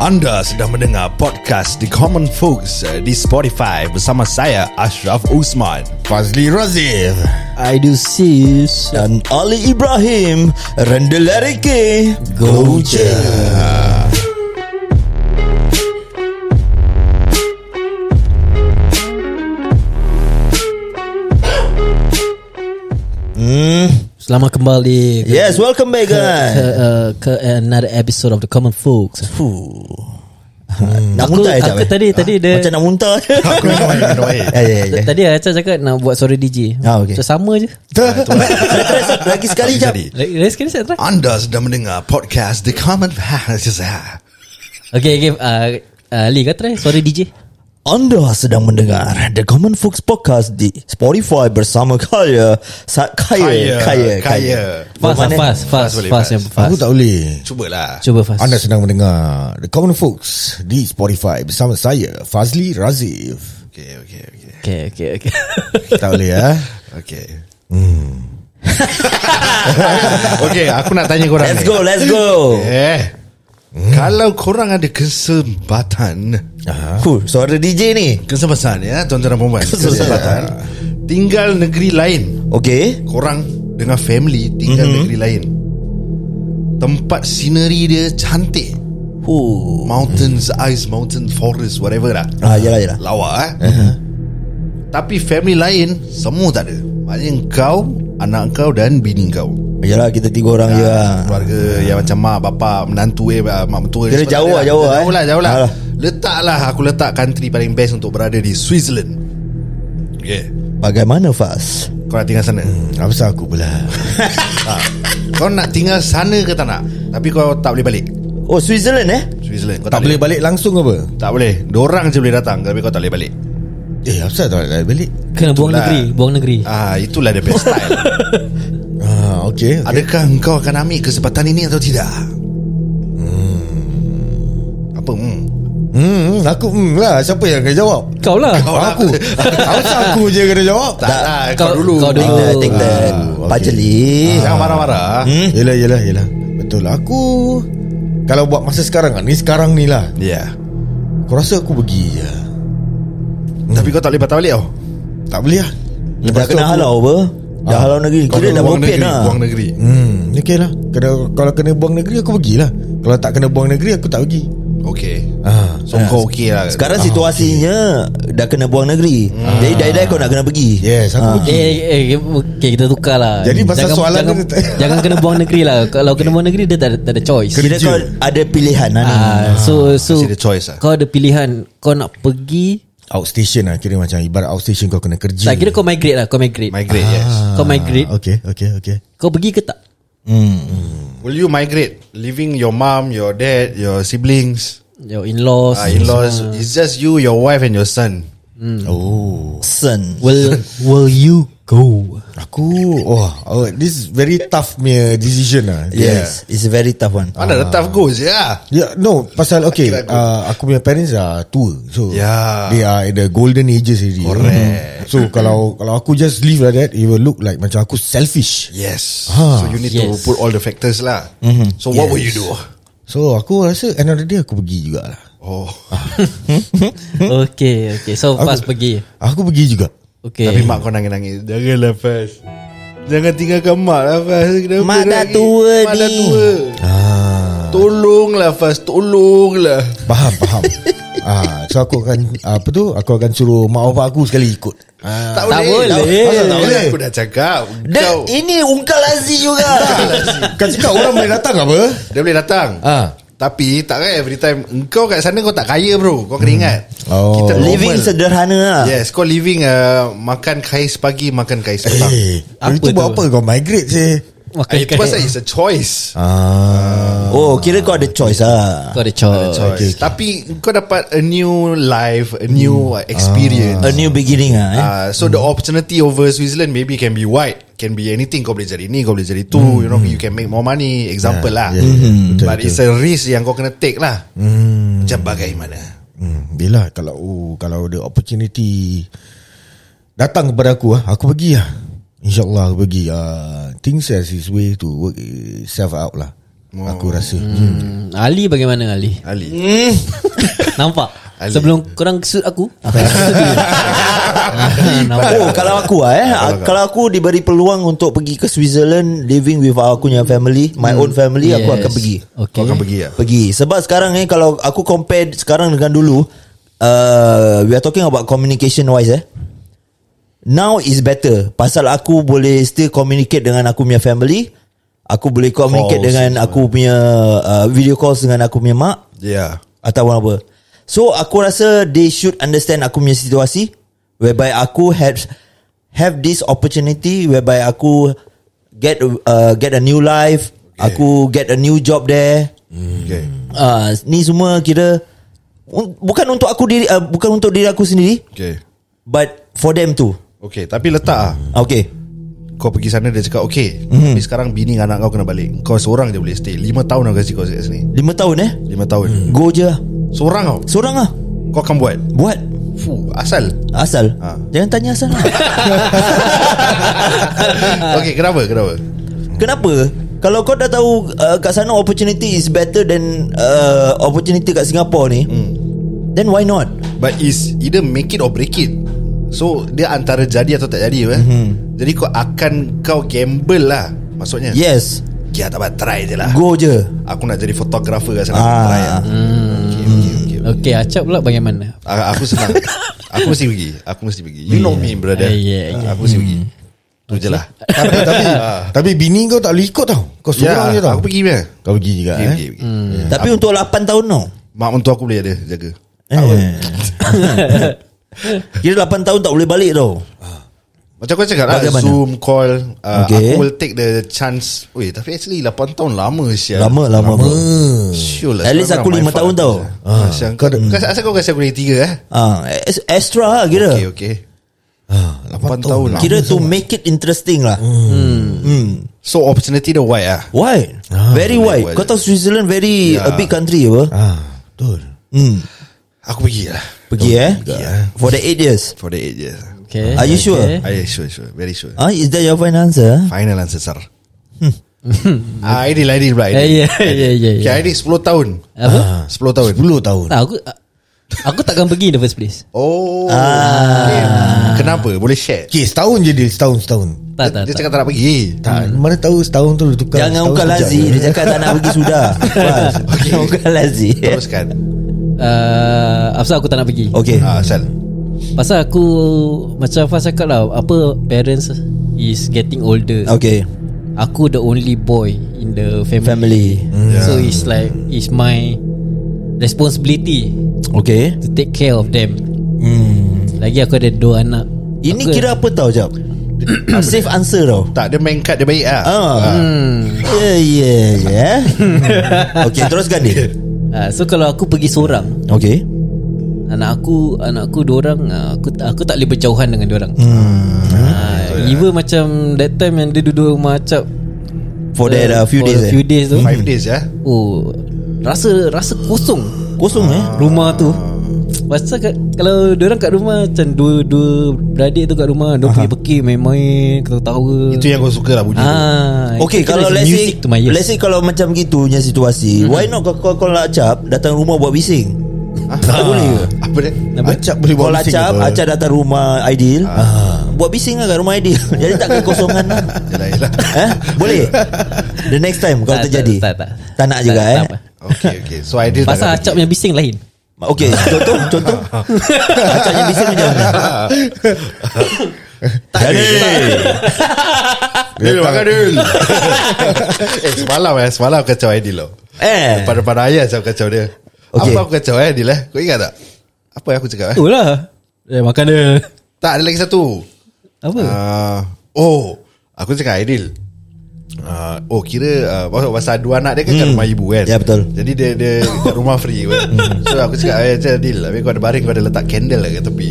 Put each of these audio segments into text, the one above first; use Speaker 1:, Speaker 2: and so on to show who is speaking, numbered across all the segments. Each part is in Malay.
Speaker 1: Anda sedang mendengar podcast The Common Folks eh, di Spotify bersama saya Ashraf Usman.
Speaker 2: Fazli Razif
Speaker 3: Aidu Sis
Speaker 2: dan Ali Ibrahim Rendelarike Goja
Speaker 3: Selamat kembali ke,
Speaker 2: Yes, welcome back
Speaker 3: ke,
Speaker 2: guys.
Speaker 3: uh, ke another episode of The Common Folks Hmm.
Speaker 2: Fuh. Nak
Speaker 3: Aku,
Speaker 2: muntah eh
Speaker 3: aku
Speaker 2: sekejap, eh?
Speaker 3: tadi Tadi dia
Speaker 2: Macam nak muntah je.
Speaker 1: Aku minum air, minum air.
Speaker 2: Ya, ya, ya.
Speaker 3: Tadi Acha cakap nak buat suara DJ
Speaker 2: Ah, okay.
Speaker 3: So sama je
Speaker 2: Lagi sekali jap.
Speaker 1: Jadi,
Speaker 3: Lagi sekali saya try
Speaker 1: anda sedang mendengar podcast The Common Folks. eh.
Speaker 3: Okay okay
Speaker 2: Ah,
Speaker 3: uh, uh, Ali kau try suara DJ
Speaker 2: Anda sedang mendengar The Common Folks Podcast di Spotify bersama Kaya Sa-
Speaker 1: Eh,
Speaker 2: Kaya Kaya Kaya
Speaker 3: Fast lah, fast Fast
Speaker 1: boleh,
Speaker 3: Fast
Speaker 1: fast.
Speaker 3: yang
Speaker 4: Aku
Speaker 3: fast
Speaker 4: tak boleh
Speaker 1: Hmm. Cubalah.
Speaker 3: Cuba fast
Speaker 4: Anda sedang mendengar The Common Folks Di Spotify Bersama saya Fazli Razif
Speaker 1: Okay, okay, okay. eh?
Speaker 3: Okay okay okay
Speaker 4: Tak boleh ya
Speaker 1: Okay. Hmm. okay, aku nak tanya korang
Speaker 2: Let's
Speaker 1: ni.
Speaker 2: go, let's go.
Speaker 1: Eh. Hmm. Kalau korang ada kesempatan
Speaker 2: Huh, suara DJ ni.
Speaker 1: Kesempatan ya Tuan-tuan dan perempuan
Speaker 2: Kesempatan.
Speaker 1: Tinggal negeri lain
Speaker 2: Okay.
Speaker 1: korang dengan family tinggal mm-hmm. negeri lain. Tempat scenery dia cantik.
Speaker 2: Huh.
Speaker 1: Mountains, ice mountain, forest, whatever lah.
Speaker 2: Ah, yalah yalah.
Speaker 1: Lawa eh. Uh-huh. Tapi family lain semua tak ada. Maknanya kau, anak kau dan bini kau.
Speaker 2: Yalah kita tiga orang je. lah.
Speaker 4: Ah.
Speaker 1: Keluarga yang macam mak, bapak, menantu eh, ah, mak mertua.
Speaker 2: Kira
Speaker 1: sebagainya
Speaker 2: jauh lah, jauh lah,
Speaker 1: Jauh
Speaker 2: eh.
Speaker 1: lah, jauh lah.
Speaker 2: Alah.
Speaker 1: Letaklah aku letak country paling best untuk berada di Switzerland. Okay.
Speaker 2: Bagaimana Faz?
Speaker 1: Kau nak tinggal sana. Hmm.
Speaker 4: Apa pasal aku pula
Speaker 1: Kau nak tinggal sana ke tak nak Tapi kau tak boleh balik
Speaker 2: Oh Switzerland eh?
Speaker 1: Switzerland kau
Speaker 4: Tak boleh balik langsung apa
Speaker 1: Tak boleh Diorang je boleh datang Tapi kau tak boleh balik
Speaker 4: Eh apa pasal tak boleh balik
Speaker 3: Kena buang
Speaker 1: Itulah.
Speaker 3: negeri Buang negeri
Speaker 1: Ah Itulah dia best style
Speaker 4: ah, Okay, okay.
Speaker 1: Adakah kau akan ambil kesempatan ini atau tidak hmm. Apa hmm
Speaker 4: Hmm, Aku hmm lah Siapa yang kena jawab
Speaker 3: Kau lah
Speaker 1: Kau lah.
Speaker 4: Aku Aku aku je kena jawab
Speaker 1: Tak lah kau,
Speaker 3: kau-
Speaker 1: dulu
Speaker 3: kau
Speaker 2: Take
Speaker 3: dulu.
Speaker 2: that, take that.
Speaker 4: Ah,
Speaker 2: Pak
Speaker 4: okay.
Speaker 2: Jeli.
Speaker 1: Jangan marah-marah hmm?
Speaker 4: Yelah yelah yelah Betul lah Aku Kalau buat masa sekarang kan Ni sekarang ni lah
Speaker 1: Ya yeah.
Speaker 4: Kau rasa aku pergi je
Speaker 1: Hmm. Tapi kau tak boleh patah balik tau
Speaker 4: Tak boleh lah
Speaker 2: Dah
Speaker 4: tu
Speaker 2: kena
Speaker 4: aku-
Speaker 2: halau apa? Dah
Speaker 4: Ah.
Speaker 2: halau negeri.
Speaker 1: Eh, Kau
Speaker 2: Kira
Speaker 1: dulu
Speaker 2: dah
Speaker 1: buang
Speaker 2: bopian
Speaker 1: negeri,
Speaker 2: lah.
Speaker 1: Buang negeri
Speaker 4: Hmm, okey lah kena, Kalau kena buang negeri aku pergilah Kalau tak kena buang negeri aku tak pergi
Speaker 1: Okay
Speaker 4: ah,
Speaker 1: So kau okay lah
Speaker 2: Sekarang situasinya dah kena buang negeri. Jadi dai-dai kau nak kena pergi.
Speaker 4: Yes aku
Speaker 2: Ah.
Speaker 4: ah. pergi
Speaker 3: Eh, eh, eh, okay, kita tukar lah
Speaker 4: Jadi pasal
Speaker 3: jangan,
Speaker 4: soalan
Speaker 3: jangan,
Speaker 4: tu tak-
Speaker 3: jangan kena buang negeri lah Kalau kena buang negeri Dia tak ada, tak ada choice
Speaker 2: Kira
Speaker 4: Kerja.
Speaker 2: kau ada pilihan lah ni.
Speaker 3: Ah, so so
Speaker 1: Masih ada choice lah.
Speaker 3: Kau ada pilihan kau nak pergi
Speaker 4: Outstation lah Kira macam ibarat outstation kau kena kerja Ha,
Speaker 3: tak kira kau migrate lah kau migrate.
Speaker 1: Migrate yes
Speaker 3: Kau migrate.
Speaker 4: Okay okay okay
Speaker 3: Kau pergi ke tak?
Speaker 1: Will you migrate Leaving your mom Your dad Your siblings
Speaker 3: Your in-laws.
Speaker 1: Ah, in-laws. It's just you, your wife, and your son.
Speaker 4: Oh
Speaker 2: Sen.
Speaker 3: Will will you go?
Speaker 4: Aku Wah oh, This is very tough punya decision lah
Speaker 2: Yes. It's a very tough one.
Speaker 1: Mana dah tough goes, yeah.
Speaker 4: Yeah, no pasal okay
Speaker 1: Akhir aku.
Speaker 4: uh, aku punya parents dah tua so
Speaker 1: Yeah.
Speaker 4: they are at the golden ages already correct so kalau kalau aku just leave like that it will look like macam aku selfish
Speaker 1: Yes.
Speaker 4: Ah,
Speaker 1: so you need
Speaker 3: yes.
Speaker 1: to put all the factors lah. Mm-hmm. So what will you do?
Speaker 4: so aku rasa another day aku pergi jugalah
Speaker 1: Oh,
Speaker 3: okay, okay. So fast pergi.
Speaker 4: aku pergi juga
Speaker 3: Okay.
Speaker 1: tapi mak kau nangis-nangis. Janganlah Faz. Jangan tinggalkan mak lah Faz. Kenapa
Speaker 2: Mak dah
Speaker 1: nangis?
Speaker 2: tua
Speaker 1: mak dah
Speaker 2: ni.
Speaker 1: tua.
Speaker 4: ah
Speaker 1: Tolonglah Faz, tolonglah.
Speaker 4: Faham faham ah, So aku akan Apa tu Aku akan suruh Mak bapak aku sekali ikut ah,
Speaker 1: Tak
Speaker 3: tak
Speaker 1: boleh.
Speaker 3: boleh.
Speaker 1: Tak, tak
Speaker 4: Tak
Speaker 1: boleh.
Speaker 4: boleh.
Speaker 1: Aku dah cakap.
Speaker 2: Dia,
Speaker 1: Kau,
Speaker 2: ini ungkal Aziz juga.
Speaker 4: Kan cakap orang boleh datang apa
Speaker 1: dia boleh datang.
Speaker 4: Ah.
Speaker 1: Tapi tak kan every time Engkau kat sana kau tak kaya bro Kau kena ingat
Speaker 4: Oh.
Speaker 2: Living
Speaker 1: normal.
Speaker 2: sederhana lah.
Speaker 1: Yes, kau living uh, makan kais pagi, makan kais petang.
Speaker 4: Eh
Speaker 3: Apa
Speaker 4: Itu
Speaker 3: tu?
Speaker 4: buat apa kau migrate sih
Speaker 3: Makan
Speaker 1: Eh, itu
Speaker 3: kaya.
Speaker 1: pasal it's a choice.
Speaker 4: ah,
Speaker 2: Oh, kira kau ada choice lah.
Speaker 3: Kau ada choice.
Speaker 1: choice. Tapi kau dapat a new life, a new uh, experience.
Speaker 2: A new beginning lah. Eh?
Speaker 1: Uh, so the
Speaker 4: Hmm.
Speaker 1: opportunity over Switzerland maybe can be wide, can be anything. Kau boleh jadi ni, kau boleh jadi tu. You know, you can make more money. Example lah.
Speaker 4: Hmm. Yeah, yeah, yeah. Betul,
Speaker 1: But
Speaker 4: betul.
Speaker 1: it's a risk yang kau kena take lah. Mm. Macam bagaimana?
Speaker 4: hmm, Bila kalau oh, Kalau ada opportunity Datang kepada aku ah, Aku pergi lah InsyaAllah aku pergi ah, Things as his way to work itself out lah oh. Aku rasa hmm.
Speaker 3: Hmm, Ali bagaimana Ali?
Speaker 1: Ali
Speaker 2: Hmm.
Speaker 3: Nampak?
Speaker 1: Ali.
Speaker 3: Sebelum korang shoot aku Aku shoot dulu Ah, Nampak
Speaker 2: Oh kalau aku ah, eh kalau, kalau aku diberi peluang untuk pergi ke Switzerland living with aku punya family, my own family aku akan
Speaker 3: Yes.
Speaker 2: pergi.
Speaker 1: Kau
Speaker 3: Okay
Speaker 1: akan pergi lah
Speaker 2: Pergi Sebab sekarang ni Kalau aku compare Sekarang dengan dulu uh, We are talking about Communication wise eh Now is better Pasal aku boleh Still communicate Dengan aku punya family Aku boleh communicate
Speaker 1: Calls
Speaker 2: Dengan aku punya uh, Video calls Dengan aku punya mak
Speaker 1: Yeah
Speaker 2: Atau apa So aku rasa They should understand Aku punya situasi Whereby aku have Have this opportunity Whereby aku Get uh, Get a new life Aku get a new job there
Speaker 4: Hmm.
Speaker 1: Okay
Speaker 2: Ah, ni semua kira un, bukan untuk aku diri uh, bukan untuk diri aku sendiri
Speaker 1: Okay
Speaker 2: but for them too. Ah,
Speaker 1: Okay Tapi letak lah
Speaker 2: Okay.
Speaker 1: Kau pergi sana Dia cakap okay
Speaker 4: Hmm.
Speaker 1: mm-hmm. Tapi sekarang bini dengan anak kau kena balik Kau seorang je boleh stay 5 tahun aku kasi kau kat sini
Speaker 2: Lima tahun eh.
Speaker 1: 5 tahun
Speaker 4: Hmm.
Speaker 1: mm.
Speaker 2: Go je lah.
Speaker 1: Seorang kau
Speaker 2: Seorang lah.
Speaker 1: Kau akan buat
Speaker 2: Buat.
Speaker 1: Fuh Asal
Speaker 2: Asal.
Speaker 1: Ah.
Speaker 2: Jangan tanya asal.
Speaker 1: Okay kenapa Kenapa
Speaker 2: Kenapa? Kalau kau dah tahu uh, kat sana opportunity is better than uh, opportunity kat Singapore ni. Then why not?
Speaker 1: But is either make it or break it So dia antara jadi atau tak jadi eh? mm-hmm. Jadi kau akan Kau gamble lah Maksudnya
Speaker 2: Yes.
Speaker 1: Ya tak apa try je lah
Speaker 2: Go je.
Speaker 1: Aku nak jadi fotografer kat sana
Speaker 2: Ah.
Speaker 1: ah. Aku try lah okay, okay, okay, okay.
Speaker 3: Okay Acap pula bagaimana?
Speaker 1: A- Aku senang Aku mesti pergi Aku mesti pergi You know me brother
Speaker 3: Ah, yeah, yeah.
Speaker 1: Aku mesti pergi Tu je lah
Speaker 4: tapi, tapi, tapi bini kau tak boleh ikut tau Kau seorang
Speaker 1: Ah. Ya
Speaker 4: je tau
Speaker 1: aku pergi meh
Speaker 4: Kau pergi juga
Speaker 1: Pergi
Speaker 4: eh
Speaker 1: pergi pergi
Speaker 2: Tapi untuk 8 tahun no.
Speaker 1: Mak mentua aku boleh ada Jaga
Speaker 2: Eh. kira 8 tahun tak boleh balik tau.
Speaker 1: Macam kau cakap lah
Speaker 2: Bagaimana?
Speaker 1: Zoom call uh,
Speaker 2: Okay.
Speaker 1: Aku will take the chance Weh tapi actually 8 tahun Ya, lama siya
Speaker 2: Lama lama, bro.
Speaker 1: Sure lah
Speaker 2: At least aku lima tahun tau. hmm.
Speaker 1: ah. Siang, kau, kau, Asal kau kasi aku lagi 3 eh
Speaker 2: Ah, es- extra lah kira.
Speaker 1: Okay okay
Speaker 4: ah,
Speaker 1: 8
Speaker 4: 8, tahun
Speaker 1: tahun lah
Speaker 2: Kira to make it interesting lah.
Speaker 1: Hmm. So opportunity dia wide lah
Speaker 2: Why? very
Speaker 1: boleh
Speaker 2: why?
Speaker 1: buat
Speaker 2: Kau
Speaker 1: je.
Speaker 2: tahu Switzerland very
Speaker 1: Ya.
Speaker 2: a big country apa?
Speaker 4: ah, Betul
Speaker 2: Hmm.
Speaker 1: Aku pergi lah
Speaker 2: Pergi eh. For the 8 years.
Speaker 1: For the 8 years
Speaker 3: Okay
Speaker 2: Are you
Speaker 3: okay.
Speaker 2: sure?
Speaker 1: I sure sure Very sure
Speaker 2: Ah, is that your eh? final answer?
Speaker 1: Final answer sir
Speaker 2: Hmm.
Speaker 1: Ah, Ideal ideal right
Speaker 3: Eh, Ya ya ya
Speaker 1: Okay Ah.
Speaker 3: ya.
Speaker 1: ideal 10 tahun
Speaker 3: Apa?
Speaker 2: Ah.
Speaker 1: 10 tahun
Speaker 4: 10 tahun
Speaker 3: Tak aku Aku takkan pergi in the first place
Speaker 1: Oh
Speaker 2: Ah.
Speaker 1: okay. Kenapa Boleh share
Speaker 4: Okay setahun je dia Setahun setahun
Speaker 3: Tak tak
Speaker 1: Dia
Speaker 3: tak
Speaker 1: cakap tak nak pergi
Speaker 4: Tak Mana tahu setahun tu dia tukar
Speaker 2: Jangan
Speaker 4: setahun
Speaker 2: ukal
Speaker 4: sekejap
Speaker 2: Lazi
Speaker 1: ya.
Speaker 4: je.
Speaker 2: Dia cakap tak nak pergi sudah Jangan ukal Lazi
Speaker 1: Teruskan
Speaker 3: Uh, Apasal aku tak nak pergi
Speaker 2: Okay
Speaker 1: ah, Asal
Speaker 3: Pasal aku Macam Fas cakap lah Apa Parents Is getting older
Speaker 2: Okay
Speaker 3: Aku the only boy In the family,
Speaker 2: Family
Speaker 3: So it's like It's my Responsibility
Speaker 2: Okay
Speaker 3: To take care of them Lagi aku ada dua anak
Speaker 2: Ini
Speaker 3: Aku-
Speaker 2: kira apa tau Jap Safe answer tau
Speaker 1: Tak dia main card dia baik lah
Speaker 2: Ah.
Speaker 3: Hmm.
Speaker 2: Yeah yeah yeah Okay teruskan ni
Speaker 3: Ah, So kalau aku pergi seorang
Speaker 2: Okay
Speaker 3: Anak aku Anak aku dua orang ah, Aku aku tak boleh berjauhan dengan dia orang
Speaker 2: Hmm.
Speaker 3: ah, Even macam That time yang dia duduk rumah acap
Speaker 2: For that uh, few
Speaker 3: for a
Speaker 2: days eh
Speaker 3: Few days tu
Speaker 1: 5 days ya
Speaker 3: Oh Rasa Rasa kosong
Speaker 2: Kosong eh
Speaker 3: Rumah tu Pasal kat, kalau orang kat rumah Macam dua Dua beradik tu kat rumah Dia pergi pergi main-main Ketawa-tawa
Speaker 1: Itu yang kau suka lah bunyi tu.
Speaker 3: ah,
Speaker 2: Okay
Speaker 3: itu
Speaker 2: kalau
Speaker 3: is
Speaker 2: let's say
Speaker 3: music Mm-hmm. to my ears.
Speaker 2: Let's say kalau macam gitu punya situasi Why not kau kau, kau lacap Datang rumah buat bising
Speaker 1: Ah.
Speaker 2: Tak boleh ke?
Speaker 1: Apa dia
Speaker 4: Acap boleh buat
Speaker 2: Kau
Speaker 4: bising
Speaker 2: lacap
Speaker 4: apa?
Speaker 2: Acap datang rumah Aidil
Speaker 3: Ah.
Speaker 2: Buat bising lah kat rumah Aidil Jadi tak kekosongan lah
Speaker 1: Yelah yelah
Speaker 2: Eh? Boleh? The next time kalau
Speaker 3: Tak,
Speaker 2: terjadi
Speaker 3: tak, tak, tak.
Speaker 2: Tak nak juga
Speaker 3: Tak,
Speaker 2: eh
Speaker 3: tak apa.
Speaker 1: Okay okay So ideal tak
Speaker 3: Pasal
Speaker 1: nak
Speaker 3: acap punya bising lain
Speaker 2: Okay contoh Contoh Acap yang bising macam mana
Speaker 1: Tak ada Dil makan Dil Eh semalam eh Semalam kacau Aidil tau
Speaker 2: Eh
Speaker 1: Depan-depan ayah saya kacau dia
Speaker 2: Okay.
Speaker 1: Apa aku kacau eh Dil eh Kau ingat tak Apa yang aku cakap eh
Speaker 3: Itulah Eh makan dia
Speaker 1: Tak ada lagi satu
Speaker 3: Apa?
Speaker 1: uh, Oh Aku cakap Aidil uh, Oh kira uh, Pasal pasal dua anak dia kan kat rumah ibu kan
Speaker 2: Ya, betul. Hmm.
Speaker 1: Jadi dia, dia kat rumah free kan So aku cakap Ayah cakap Aidil Habis kau ada baring Kau ada letak candle lah kat tepi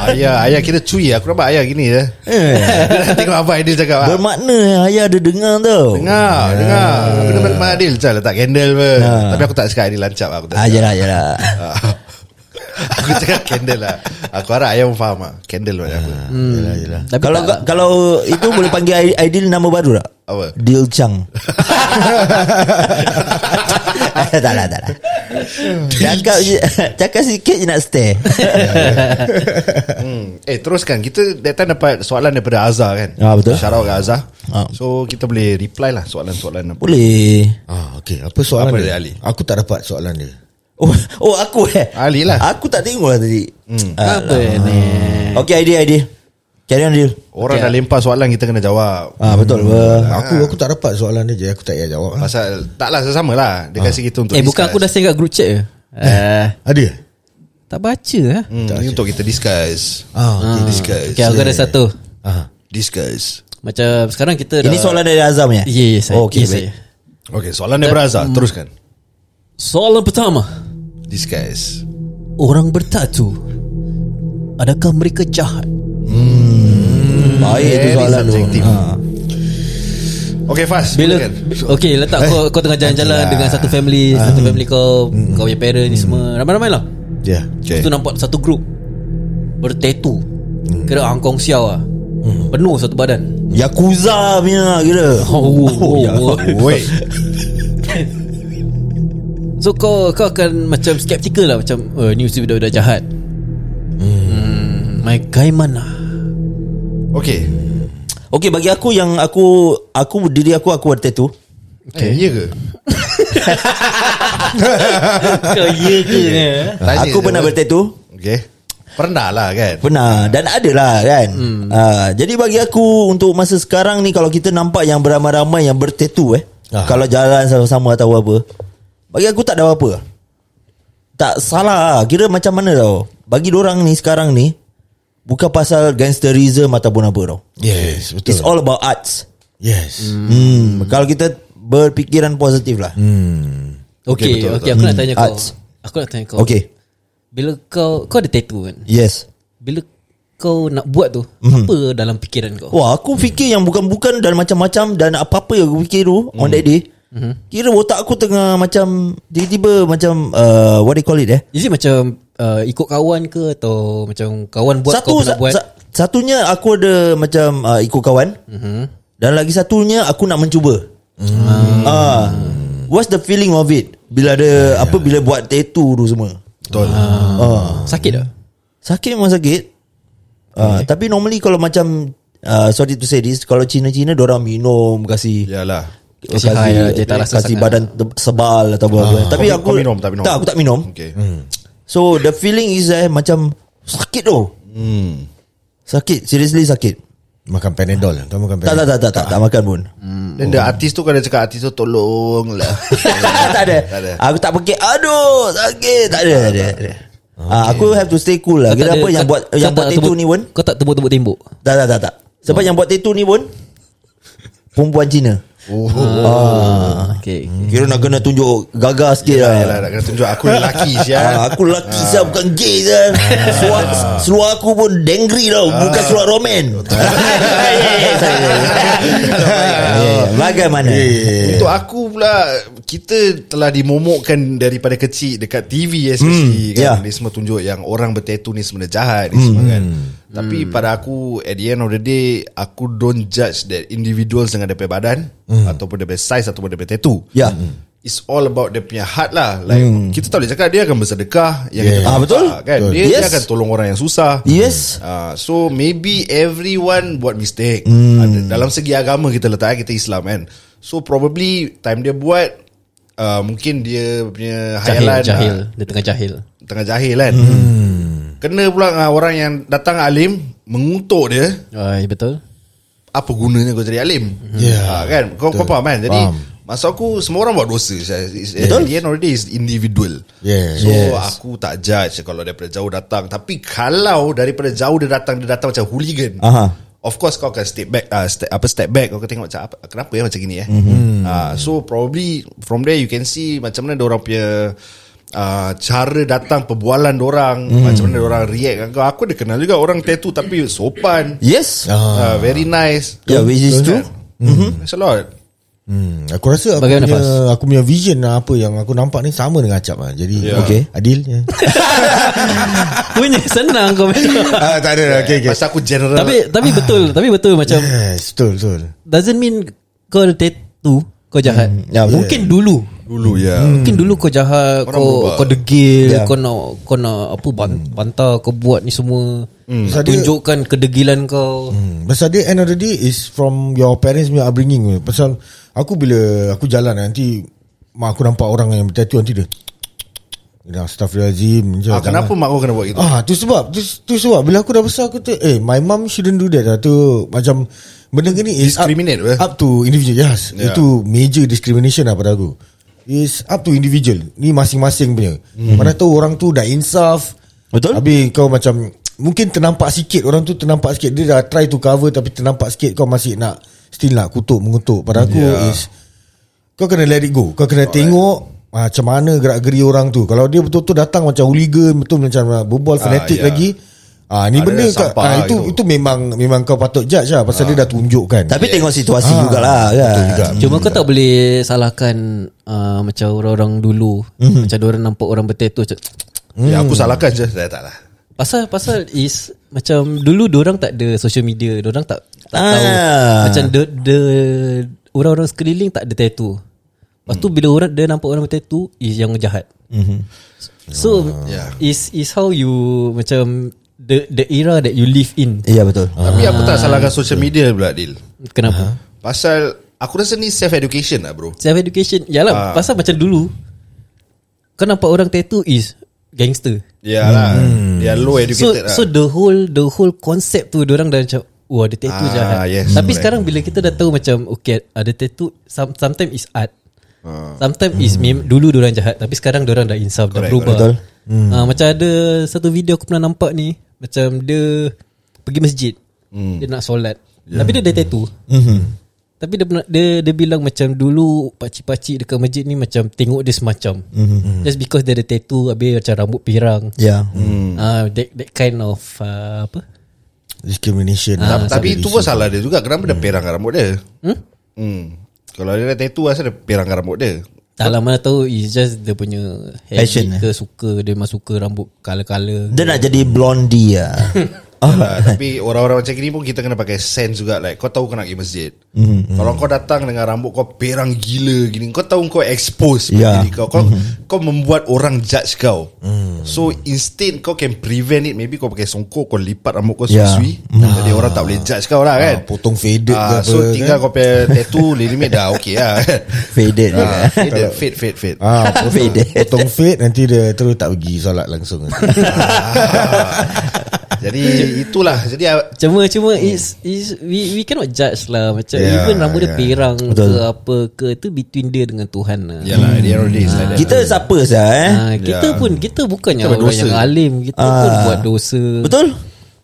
Speaker 1: Ayah Ayah kira cuy Aku nampak ayah gini
Speaker 2: Eh.
Speaker 1: je Dia Tengok apa Aidil cakap ah.
Speaker 2: Bermakna eh, Ayah ada dengar tau
Speaker 1: Dengar Dengar Kena berkembang Adil Macam letak candle pun
Speaker 2: Ya.
Speaker 1: Tapi aku tak cakap Adil lancap Aku tak
Speaker 2: Ah,
Speaker 1: cakap
Speaker 2: Ajalah Ajalah
Speaker 1: Ah. Aku cakap candle lah Aku harap ayah pun faham lah Candle maknanya apa
Speaker 2: Hmm.
Speaker 4: Yelah yelah
Speaker 3: Tapi
Speaker 2: Kalau
Speaker 3: tak lah.
Speaker 2: kalau itu boleh panggil I- Aidil nama baru tak?
Speaker 1: Apa?
Speaker 2: Dil Chang. tak lah, tak lah. Cakap, je- cakap sikit je nak stare.
Speaker 1: Hmm. Eh teruskan Kita that time dapat soalan daripada Azhar kan
Speaker 2: Ah, betul.
Speaker 1: Shout out ke Azhar
Speaker 2: Ah.
Speaker 1: So kita boleh reply lah Soalan-soalan apa
Speaker 2: boleh.
Speaker 4: Ah, okay. Apa soalan
Speaker 1: Apa dia,
Speaker 4: dia?
Speaker 1: Ali?
Speaker 4: Aku tak dapat soalan dia.
Speaker 2: Oh, oh aku eh.
Speaker 1: Ali lah.
Speaker 2: Aku tak tengok lah tadi. Hmm.
Speaker 3: Apa ni
Speaker 2: Okay, Aidil, Aidil. Carry on, Aidil.
Speaker 1: Orang dah lempar soalan Kita kena jawab
Speaker 2: Ah, betul. Hmm.
Speaker 4: Aku aku tak dapat soalan dia je. Aku tak payah jawab. ah.
Speaker 1: Pasal Taklah sesama lah Dia
Speaker 2: Ah.
Speaker 1: kasi kita untuk
Speaker 3: Eh bukan aku dah
Speaker 1: discuss.
Speaker 3: send kat group chat je Eh,
Speaker 4: Ada?
Speaker 3: Tak baca lah
Speaker 1: hmm, Ini untuk kita discuss
Speaker 4: Ah, okay.
Speaker 1: Discuss
Speaker 3: Okay aku ada satu
Speaker 4: Ah.
Speaker 1: Discuss
Speaker 3: Macam sekarang kita dah
Speaker 2: Ini soalan dari Azam ya?
Speaker 3: Ya, ya, saya.
Speaker 2: Oh, okay,
Speaker 3: Ya, saya.
Speaker 2: baik.
Speaker 1: Okay soalan daripada Azhar
Speaker 2: Hmm.
Speaker 1: Teruskan
Speaker 3: Soalan pertama
Speaker 1: Discuss
Speaker 3: Orang bertatu Adakah mereka jahat?
Speaker 2: Hmm. Baik tu
Speaker 1: Hmm. Very
Speaker 2: soalan tu. Ah.
Speaker 1: subjective. Okay fast
Speaker 3: Bila
Speaker 1: silakan.
Speaker 3: Okay letak kau, kau tengah jalan-jalan Dengan satu family Satu family kau Kau punya parent ni semua Ramai-ramai lah
Speaker 4: Ya.
Speaker 1: Okay.
Speaker 3: Lepas tu nampak satu group Bertatu Kira angkong siaw lah Penuh satu badan
Speaker 2: Yakuza punya kira.
Speaker 3: Oh, oh, oh.
Speaker 1: Wait
Speaker 3: So kau kau akan macam skeptical lah Macam oh, Ni mesti budak-budak jahat hmm. My guy mana
Speaker 1: Okay
Speaker 2: Okay bagi aku yang aku aku diri aku aku ada tattoo.
Speaker 1: Okay Eh, Iya ke
Speaker 3: Kau ya ke
Speaker 1: Tanya
Speaker 2: aku
Speaker 1: je
Speaker 2: pernah
Speaker 1: apa.
Speaker 2: bertattoo.
Speaker 1: Okay Pernah lah kan
Speaker 2: Pernah dan ada lah kan. Hmm. jadi bagi aku untuk masa sekarang ni kalau kita nampak yang beramai-ramai yang bertattoo eh.
Speaker 4: Ah.
Speaker 2: Kalau jalan sama-sama atau apa. Bagi aku tak ada apa-apa. Tak salah lah. Kira macam mana tau. Bagi orang ni sekarang ni bukan pasal gangsterism ataupun apa tau.
Speaker 4: Yes, betul.
Speaker 2: It's all about arts.
Speaker 4: Yes.
Speaker 2: Hmm. Kalau kita berfikiran positif lah. Hmm.
Speaker 3: Okay, okay,
Speaker 1: betul,
Speaker 3: okay aku nak tanya kau
Speaker 2: Arts.
Speaker 3: Aku nak tanya kau
Speaker 2: Okay.
Speaker 3: Bila kau Kau ada tattoo kan
Speaker 2: Yes.
Speaker 3: Bila kau nak buat tu
Speaker 2: Hmm.
Speaker 3: mm-hmm. Apa dalam fikiran kau
Speaker 2: Wah aku fikir yang bukan-bukan Dan macam-macam Dan apa-apa yang aku fikir tu
Speaker 3: Hmm.
Speaker 2: On that day Kira otak aku tengah macam Tiba-tiba macam uh, What they call it eh
Speaker 3: Is it macam uh, Ikut kawan ke Atau macam Kawan buat
Speaker 2: Satu
Speaker 3: kau pernah
Speaker 2: sa-
Speaker 3: buat
Speaker 2: sa- Satunya aku ada Macam uh, ikut kawan
Speaker 3: Hmm.
Speaker 2: Dan lagi satunya Aku nak mencuba Ah, What's the feeling of it Bila ada
Speaker 3: Ya,
Speaker 2: Apa bila buat tattoo tu semua
Speaker 1: Betul
Speaker 2: Ah.
Speaker 3: Sakit tak
Speaker 2: Sakit memang sakit uh, Tapi normally kalau macam uh, Sorry to say this Kalau Cina-Cina Diorang minum Kasi
Speaker 1: Iyalah
Speaker 3: Kasi
Speaker 2: kasi,
Speaker 3: high lah,
Speaker 2: kasi,
Speaker 3: dia tak rasa sangat.
Speaker 2: kasi
Speaker 3: Ah,
Speaker 2: badan te- sebal atau apa-apa. Tapi
Speaker 1: Ah, Kau-
Speaker 2: aku
Speaker 1: kau minum, tak minum?
Speaker 2: Tak, aku tak minum. Okay.
Speaker 1: Okay
Speaker 2: So the feeling is eh macam sakit tu.
Speaker 1: hmm.
Speaker 2: Sakit, seriously sakit.
Speaker 4: Makan Panadol. Kau makan
Speaker 2: Tak tak
Speaker 4: Panadol.
Speaker 2: tak tak tak, tak makan pun.
Speaker 3: Hmm.
Speaker 1: Dan the artis tu Kau dah cakap artis tu Tolong lah
Speaker 2: tak ada.
Speaker 1: Tak ada
Speaker 2: Aku tak pakai. Aduh, sakit. Tak ada, tak ada. tak ada. Ah, aku have to stay cool lah.
Speaker 3: Kau tak
Speaker 2: Kira
Speaker 3: ada-
Speaker 2: apa yang
Speaker 3: kau-
Speaker 2: buat
Speaker 3: kau tak Oh.
Speaker 2: yang buat tattoo
Speaker 3: tebuk-
Speaker 2: ni pun?
Speaker 3: Kau tak tebuk-tebuk tembok
Speaker 2: Tak tak tak tak. Sebab yang buat tattoo ni pun perempuan Cina.
Speaker 1: Oh,
Speaker 3: ah. Okay, okay.
Speaker 2: Kira nak kena tunjuk gagah sikit lah.
Speaker 1: Yalah, nak kena tunjuk aku lelaki
Speaker 2: Ah,
Speaker 1: siapa.
Speaker 2: aku lelaki saya bukan gay saya.
Speaker 4: Ah.
Speaker 2: Seluar, seluar aku pun dengri tau, bukan seluar romen. Eh, Bagaimana?
Speaker 1: Untuk aku pula Kita telah dimomokkan Daripada kecil Dekat TV especially
Speaker 2: Hmm,
Speaker 1: kan
Speaker 2: yeah.
Speaker 1: Dia semua tunjuk Yang orang bertattoo ni Sebenarnya jahat ni semua kan
Speaker 2: Hmm.
Speaker 1: Tapi pada aku At the end of the day Aku don't judge That individuals Dengan dia punya badan
Speaker 2: Hmm.
Speaker 1: Ataupun dia punya size Ataupun dia punya tattoo
Speaker 2: Ya.
Speaker 1: It's all about dia punya heart lah Like Kita tak boleh cakap Dia akan bersedekah yang
Speaker 4: Yeah.
Speaker 1: kita tak
Speaker 2: Hmm. Ah, betul.
Speaker 1: nampak, kan?
Speaker 4: Betul.
Speaker 1: Dia, dia
Speaker 2: Yes.
Speaker 1: akan tolong orang yang susah
Speaker 2: Yes.
Speaker 1: Uh, so maybe everyone buat mistake.
Speaker 2: Hmm.
Speaker 1: Ada- Dalam segi agama kita letak eh, kita Islam kan. So probably time dia buat uh, mungkin dia punya
Speaker 3: Jahil,
Speaker 1: hayalan
Speaker 3: jahil.
Speaker 1: Uh,
Speaker 3: ah. Dia tengah jahil
Speaker 1: tengah jahil kan.
Speaker 2: Hmm.
Speaker 4: Hmm.
Speaker 1: Kena pula uh, orang yang datang alim mengutuk dia
Speaker 3: uh, Betul
Speaker 1: apa gunanya kau jadi alim?
Speaker 4: Ya.
Speaker 1: Ah, kan? Kau kau faham kan? Jadi
Speaker 4: Faham.
Speaker 1: Masa aku Semua orang buat dosa Betul
Speaker 2: Betul.
Speaker 1: At the end of the day Is individual
Speaker 4: Yes.
Speaker 1: So
Speaker 2: Yes.
Speaker 1: aku tak judge Kalau daripada jauh datang Tapi kalau Daripada jauh dia datang Dia datang macam hooligan
Speaker 2: Aha.
Speaker 1: Of course kau akan step back uh, step, Apa step back Kau akan tengok macam apa, Kenapa ya macam gini eh mm-hmm. uh, So probably From there you can see Macam mana orang punya Uh, cara datang perbualan orang mm. macam mana orang react dengan kau aku ada kenal juga orang tattoo tapi sopan
Speaker 2: Yes.
Speaker 4: Ah.
Speaker 1: uh, very nice
Speaker 2: Yeah, which is
Speaker 1: Betul
Speaker 2: true.
Speaker 1: kan? Mm-hmm. It's a lot
Speaker 4: Hmm, aku rasa aku Bagaimana
Speaker 3: Bagaimana,
Speaker 4: punya
Speaker 3: Faz?
Speaker 4: aku punya vision lah, apa yang aku nampak ni sama dengan Acap lah. Jadi
Speaker 1: Ya.
Speaker 4: yeah.
Speaker 2: Okay.
Speaker 4: Adil. Ya.
Speaker 3: Punya senang kau memang.
Speaker 4: ah, tak ada lah. Okay, okay.
Speaker 1: Pasal aku general
Speaker 3: Tapi tapi betul, tapi betul macam
Speaker 4: Yes, betul betul.
Speaker 3: doesn't mean kau ada tattoo kau jahat.
Speaker 2: ya, betul.
Speaker 3: Mungkin dulu
Speaker 1: Dulu ya
Speaker 3: Mungkin dulu kau jahat
Speaker 1: Orang
Speaker 3: Kau
Speaker 1: berubah.
Speaker 3: kau degil
Speaker 2: Ya.
Speaker 3: Kau nak Kau nak apa ban- Bantah kau buat ni semua
Speaker 4: Pasal dia-
Speaker 3: Tunjukkan kedegilan kau
Speaker 4: Hmm, pasal dia end of the day is from your parents punya upbringing. punya. Pasal aku bila aku jalan nanti mak aku nampak orang yang bertattoo nanti dia Dah Astaghfirullahaladzim
Speaker 1: ah, Kenapa mak kau kena buat gitu
Speaker 4: Ah, tu sebab tu, tu sebab bila aku dah besar aku tu eh my mom shouldn't do that lah tu macam benda ni is
Speaker 1: Discriminate, eh?
Speaker 4: up, up to individual yes
Speaker 1: Yeah.
Speaker 4: yeah. itu major discrimination lah pada aku is up to individual ni masing-masing punya hmm. mana tahu orang tu dah insaf
Speaker 2: Betul.
Speaker 4: habis kau macam mungkin ternampak sikit orang tu ternampak sikit dia dah try to cover tapi ternampak sikit kau masih nak still nak kutuk mengutuk pada aku yeah. is kau kena let it go Kau kena Alright. tengok ah, Macam mana gerak-geri orang tu Kalau dia betul-betul datang Macam hooligan Betul macam ah, Berbual fanatik
Speaker 1: ya.
Speaker 4: lagi Ah
Speaker 1: Ada
Speaker 4: ni benda
Speaker 1: dah
Speaker 4: kat,
Speaker 1: sampah Ah.
Speaker 4: ah, itu,
Speaker 1: gitu.
Speaker 4: itu memang memang kau patut judge lah pasal dia dah tunjukkan.
Speaker 2: Tapi tengok situasi
Speaker 4: Ah,
Speaker 2: jugalah kan.
Speaker 4: betul juga.
Speaker 3: Cuma kau tak boleh Salahkan uh, Macam orang-orang dulu Macam orang nampak orang bertattoo macam,
Speaker 1: Ya aku salahkan je Saya tak lah
Speaker 3: Pasal Pasal is Macam dulu orang tak ada Social media orang tak, tak
Speaker 2: Ah.
Speaker 3: tahu Macam the, the Orang-orang sekeliling tak ada tattoo Lepas tu bila orang Dia nampak orang bertattoo Is yang jahat So
Speaker 1: Yeah.
Speaker 3: is is how you macam the the era that you live in.
Speaker 2: Ya betul.
Speaker 4: Ah.
Speaker 1: Tapi aku tak salahkan social media pula Dil
Speaker 3: Kenapa?
Speaker 1: Pasal Aku rasa ni self education lah bro
Speaker 3: Self education. Yalah, pasal macam dulu kau nampak orang tattoo is gangster.
Speaker 1: Ya lah Ya low
Speaker 3: So
Speaker 1: educated lah
Speaker 3: so the whole the whole concept tu orang dah macam wah ada tattoo
Speaker 1: Ah,
Speaker 3: jahat.
Speaker 1: yes,
Speaker 3: Tapi
Speaker 1: correct.
Speaker 3: sekarang bila kita dah tahu macam okay ada tattoo some, sometimes is art. Sometimes is mem dulu orang jahat tapi sekarang orang dah insaf
Speaker 1: Ah. Correct,
Speaker 3: dah
Speaker 1: Hmm.
Speaker 3: berubah.
Speaker 2: correct.
Speaker 3: Ah, macam ada satu video aku pernah nampak ni macam dia pergi masjid.
Speaker 1: Hmm.
Speaker 3: Dia nak solat.
Speaker 1: Ya.
Speaker 3: Tapi dia ada tattoo.
Speaker 1: Mhm.
Speaker 3: Tapi dia, pernah- dia dia bilang macam dulu pakcik-pakcik dekat masjid ni macam tengok dia semacam.
Speaker 1: Mhm,
Speaker 3: Just because dia ada tattoo habis macam rambut pirang.
Speaker 2: Ya.
Speaker 4: Hmm,
Speaker 3: Ah, that that kind of uh, apa?
Speaker 4: Discrimination.
Speaker 1: Ta-
Speaker 4: Ah,
Speaker 1: Tapi tu pun salah dia juga Kenapa dia perang kat rambut dia Hmm, Kalau dia ada tattoo Asal dia perang kat rambut dia
Speaker 3: Tak lah mana tahu It's just dia punya
Speaker 2: Passion,
Speaker 3: Passion ke suka Dia memang suka rambut Color-color
Speaker 2: Dia nak jadi blondie ya.
Speaker 1: Ah, Tapi orang-orang macam gini pun Kita kena pakai sense juga Like kau tahu kau nak pergi masjid
Speaker 4: Mm-hmm.
Speaker 1: Kalau kau datang dengan rambut Kau perang gila gini Kau tahu kau expose
Speaker 2: Ya.
Speaker 1: yeah. diri kau kau,
Speaker 4: Mm-hmm.
Speaker 1: kau membuat orang judge kau
Speaker 4: Mm.
Speaker 1: So instead kau can prevent it Maybe kau pakai songkok Kau lipat rambut kau
Speaker 2: Ya.
Speaker 1: susui Jadi orang tak boleh judge kau lah kan
Speaker 4: Mm. Ah, potong faded ke
Speaker 1: Ah,
Speaker 4: apa,
Speaker 1: So
Speaker 4: kan?
Speaker 1: tinggal kau pakai tattoo Limit dah okay lah
Speaker 2: Faded.
Speaker 1: Ah, Fade fade fade fade
Speaker 4: Ah, potong,
Speaker 2: Faded.
Speaker 4: potong fade nanti dia terus tak pergi solat langsung.
Speaker 1: Ah. Jadi itulah Jadi ah,
Speaker 3: Cuma cuma it's, it's we we cannot judge lah macam
Speaker 1: Yeah,
Speaker 3: yeah, even rambut yeah.
Speaker 1: yeah.
Speaker 3: dia pirang
Speaker 2: Betul.
Speaker 3: Betul. ke apa ke tu between dia dengan Tuhan
Speaker 4: Hmm.
Speaker 3: lah.
Speaker 1: Yalah at the end of the day it's like that.
Speaker 2: Kita siapa sah eh?
Speaker 4: Ah,
Speaker 3: Ha, kita
Speaker 1: Yeah.
Speaker 3: pun kita bukannya
Speaker 1: Kita
Speaker 3: kita orang
Speaker 1: berdosa.
Speaker 3: yang alim kita
Speaker 2: Ah.
Speaker 3: pun buat dosa.
Speaker 2: Betul?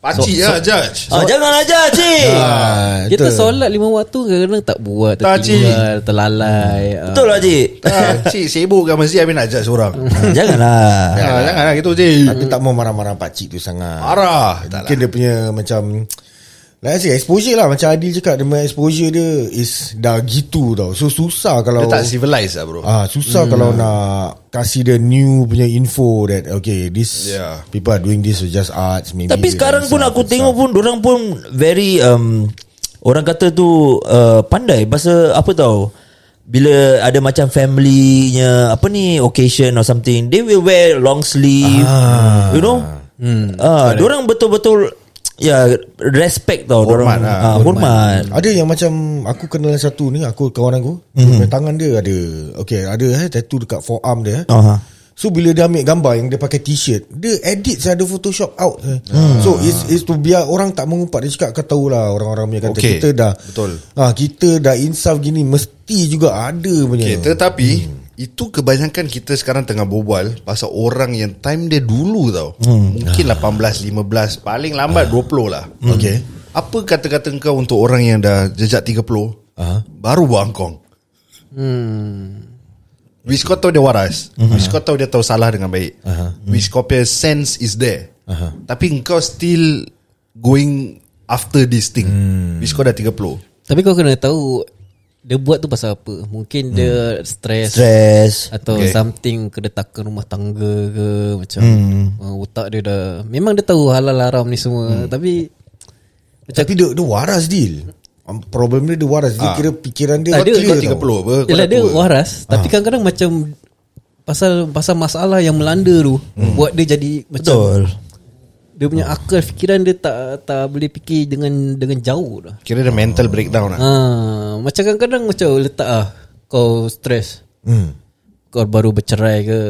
Speaker 1: Pakcik lah judge
Speaker 2: Ah, jangan aja cik.
Speaker 4: ah,
Speaker 3: Kita
Speaker 4: betul.
Speaker 3: solat lima waktu kadang-kadang tak buat
Speaker 1: Tak,
Speaker 3: tertinggal terlalai. ah.
Speaker 2: Betul lah cik.
Speaker 1: Ah, Cik sibuk kat masjid Habis nak judge orang
Speaker 2: Janganlah.
Speaker 1: ah, Janganlah gitu cik
Speaker 4: Aku tak mau marah-marah pakcik tu sangat.
Speaker 1: Marah
Speaker 4: Tak Mungkin lah. dia punya macam Like I say exposure lah Macam Adil cakap Dia punya exposure dia Is dah gitu tau So susah
Speaker 1: Dia
Speaker 4: kalau
Speaker 1: tak civilized lah bro
Speaker 4: ah Susah hmm. kalau nak Kasih dia new punya info That okay This
Speaker 1: Yeah.
Speaker 4: People are doing this with just arts maybe
Speaker 2: Tapi
Speaker 4: they
Speaker 2: sekarang pun
Speaker 4: themselves
Speaker 2: aku
Speaker 4: and
Speaker 2: tengok
Speaker 4: stuff.
Speaker 2: pun orang pun very um, orang kata tu uh, pandai bahasa apa tau. Bila ada macam family-nya apa ni occasion or something, they will wear long sleeve. Ah. You know? Hmm. Ah, orang betul-betul ya respect tau
Speaker 1: Hormat
Speaker 2: dorang.
Speaker 1: lah,
Speaker 2: Ah, hormat.
Speaker 4: Ada yang macam Aku kenal satu ni Aku kawan aku mm-hmm.
Speaker 1: Hmm.
Speaker 4: Dia punya tangan dia ada Okay ada eh Tattoo dekat forearm dia eh.
Speaker 2: Aha.
Speaker 4: So bila dia ambil gambar yang dia pakai t-shirt, dia edit saya ada Photoshop out. Hmm. So it's it's to biar orang tak mengumpat dia cakap kau tahulah orang-orang punya kata
Speaker 1: Okey.
Speaker 4: kita dah
Speaker 1: Betul.
Speaker 4: Ah kita dah insaf gini mesti juga ada punya.
Speaker 1: okay, Tetapi Itu kebanyakan kita sekarang tengah berbual Pasal orang yang time dia dulu tau Mungkin 18, 15 Paling lambat 20 lah
Speaker 4: Okay.
Speaker 1: Apa kata-kata kau untuk orang yang dah jejak 30 Baru buat angkong
Speaker 3: Hmm.
Speaker 1: Which kau tahu dia waras uh-huh. Which kau tahu dia tahu salah dengan baik uh-huh. Which kau punya sense is there uh-huh. Tapi kau still Going After this thing Which kau dah 30
Speaker 3: Tapi kau kena tahu dia buat tu pasal apa? Mungkin dia stress,
Speaker 2: Stress
Speaker 3: atau
Speaker 1: Okay.
Speaker 3: okay. something kena takkan rumah tangga ke macam
Speaker 1: Hmm.
Speaker 3: uh, otak dia dah memang dia tahu halal haram ni
Speaker 1: Hmm.
Speaker 3: semua tapi
Speaker 4: Tapi dia, dia waras deal Um, Problem dia dia waras
Speaker 1: Ah.
Speaker 4: Dia kira fikiran dia kau
Speaker 3: Tak, dia-
Speaker 4: clear
Speaker 1: Kau 30
Speaker 4: tau.
Speaker 1: apa Kau dah
Speaker 3: Yalah dia
Speaker 1: tua. Ah.
Speaker 3: waras Tapi kadang-kadang macam Pasal pasal masalah yang melanda tu
Speaker 1: Hmm.
Speaker 3: Buat dia jadi macam
Speaker 2: Betul
Speaker 3: Dia
Speaker 1: Ah.
Speaker 3: punya akal fikiran dia tak tak boleh fikir dengan dengan jauh dah
Speaker 1: Kira dia mental breakdown lah
Speaker 3: ha, Macam kadang-kadang macam letak ah Kau stres
Speaker 4: hmm.
Speaker 3: Kau baru bercerai ke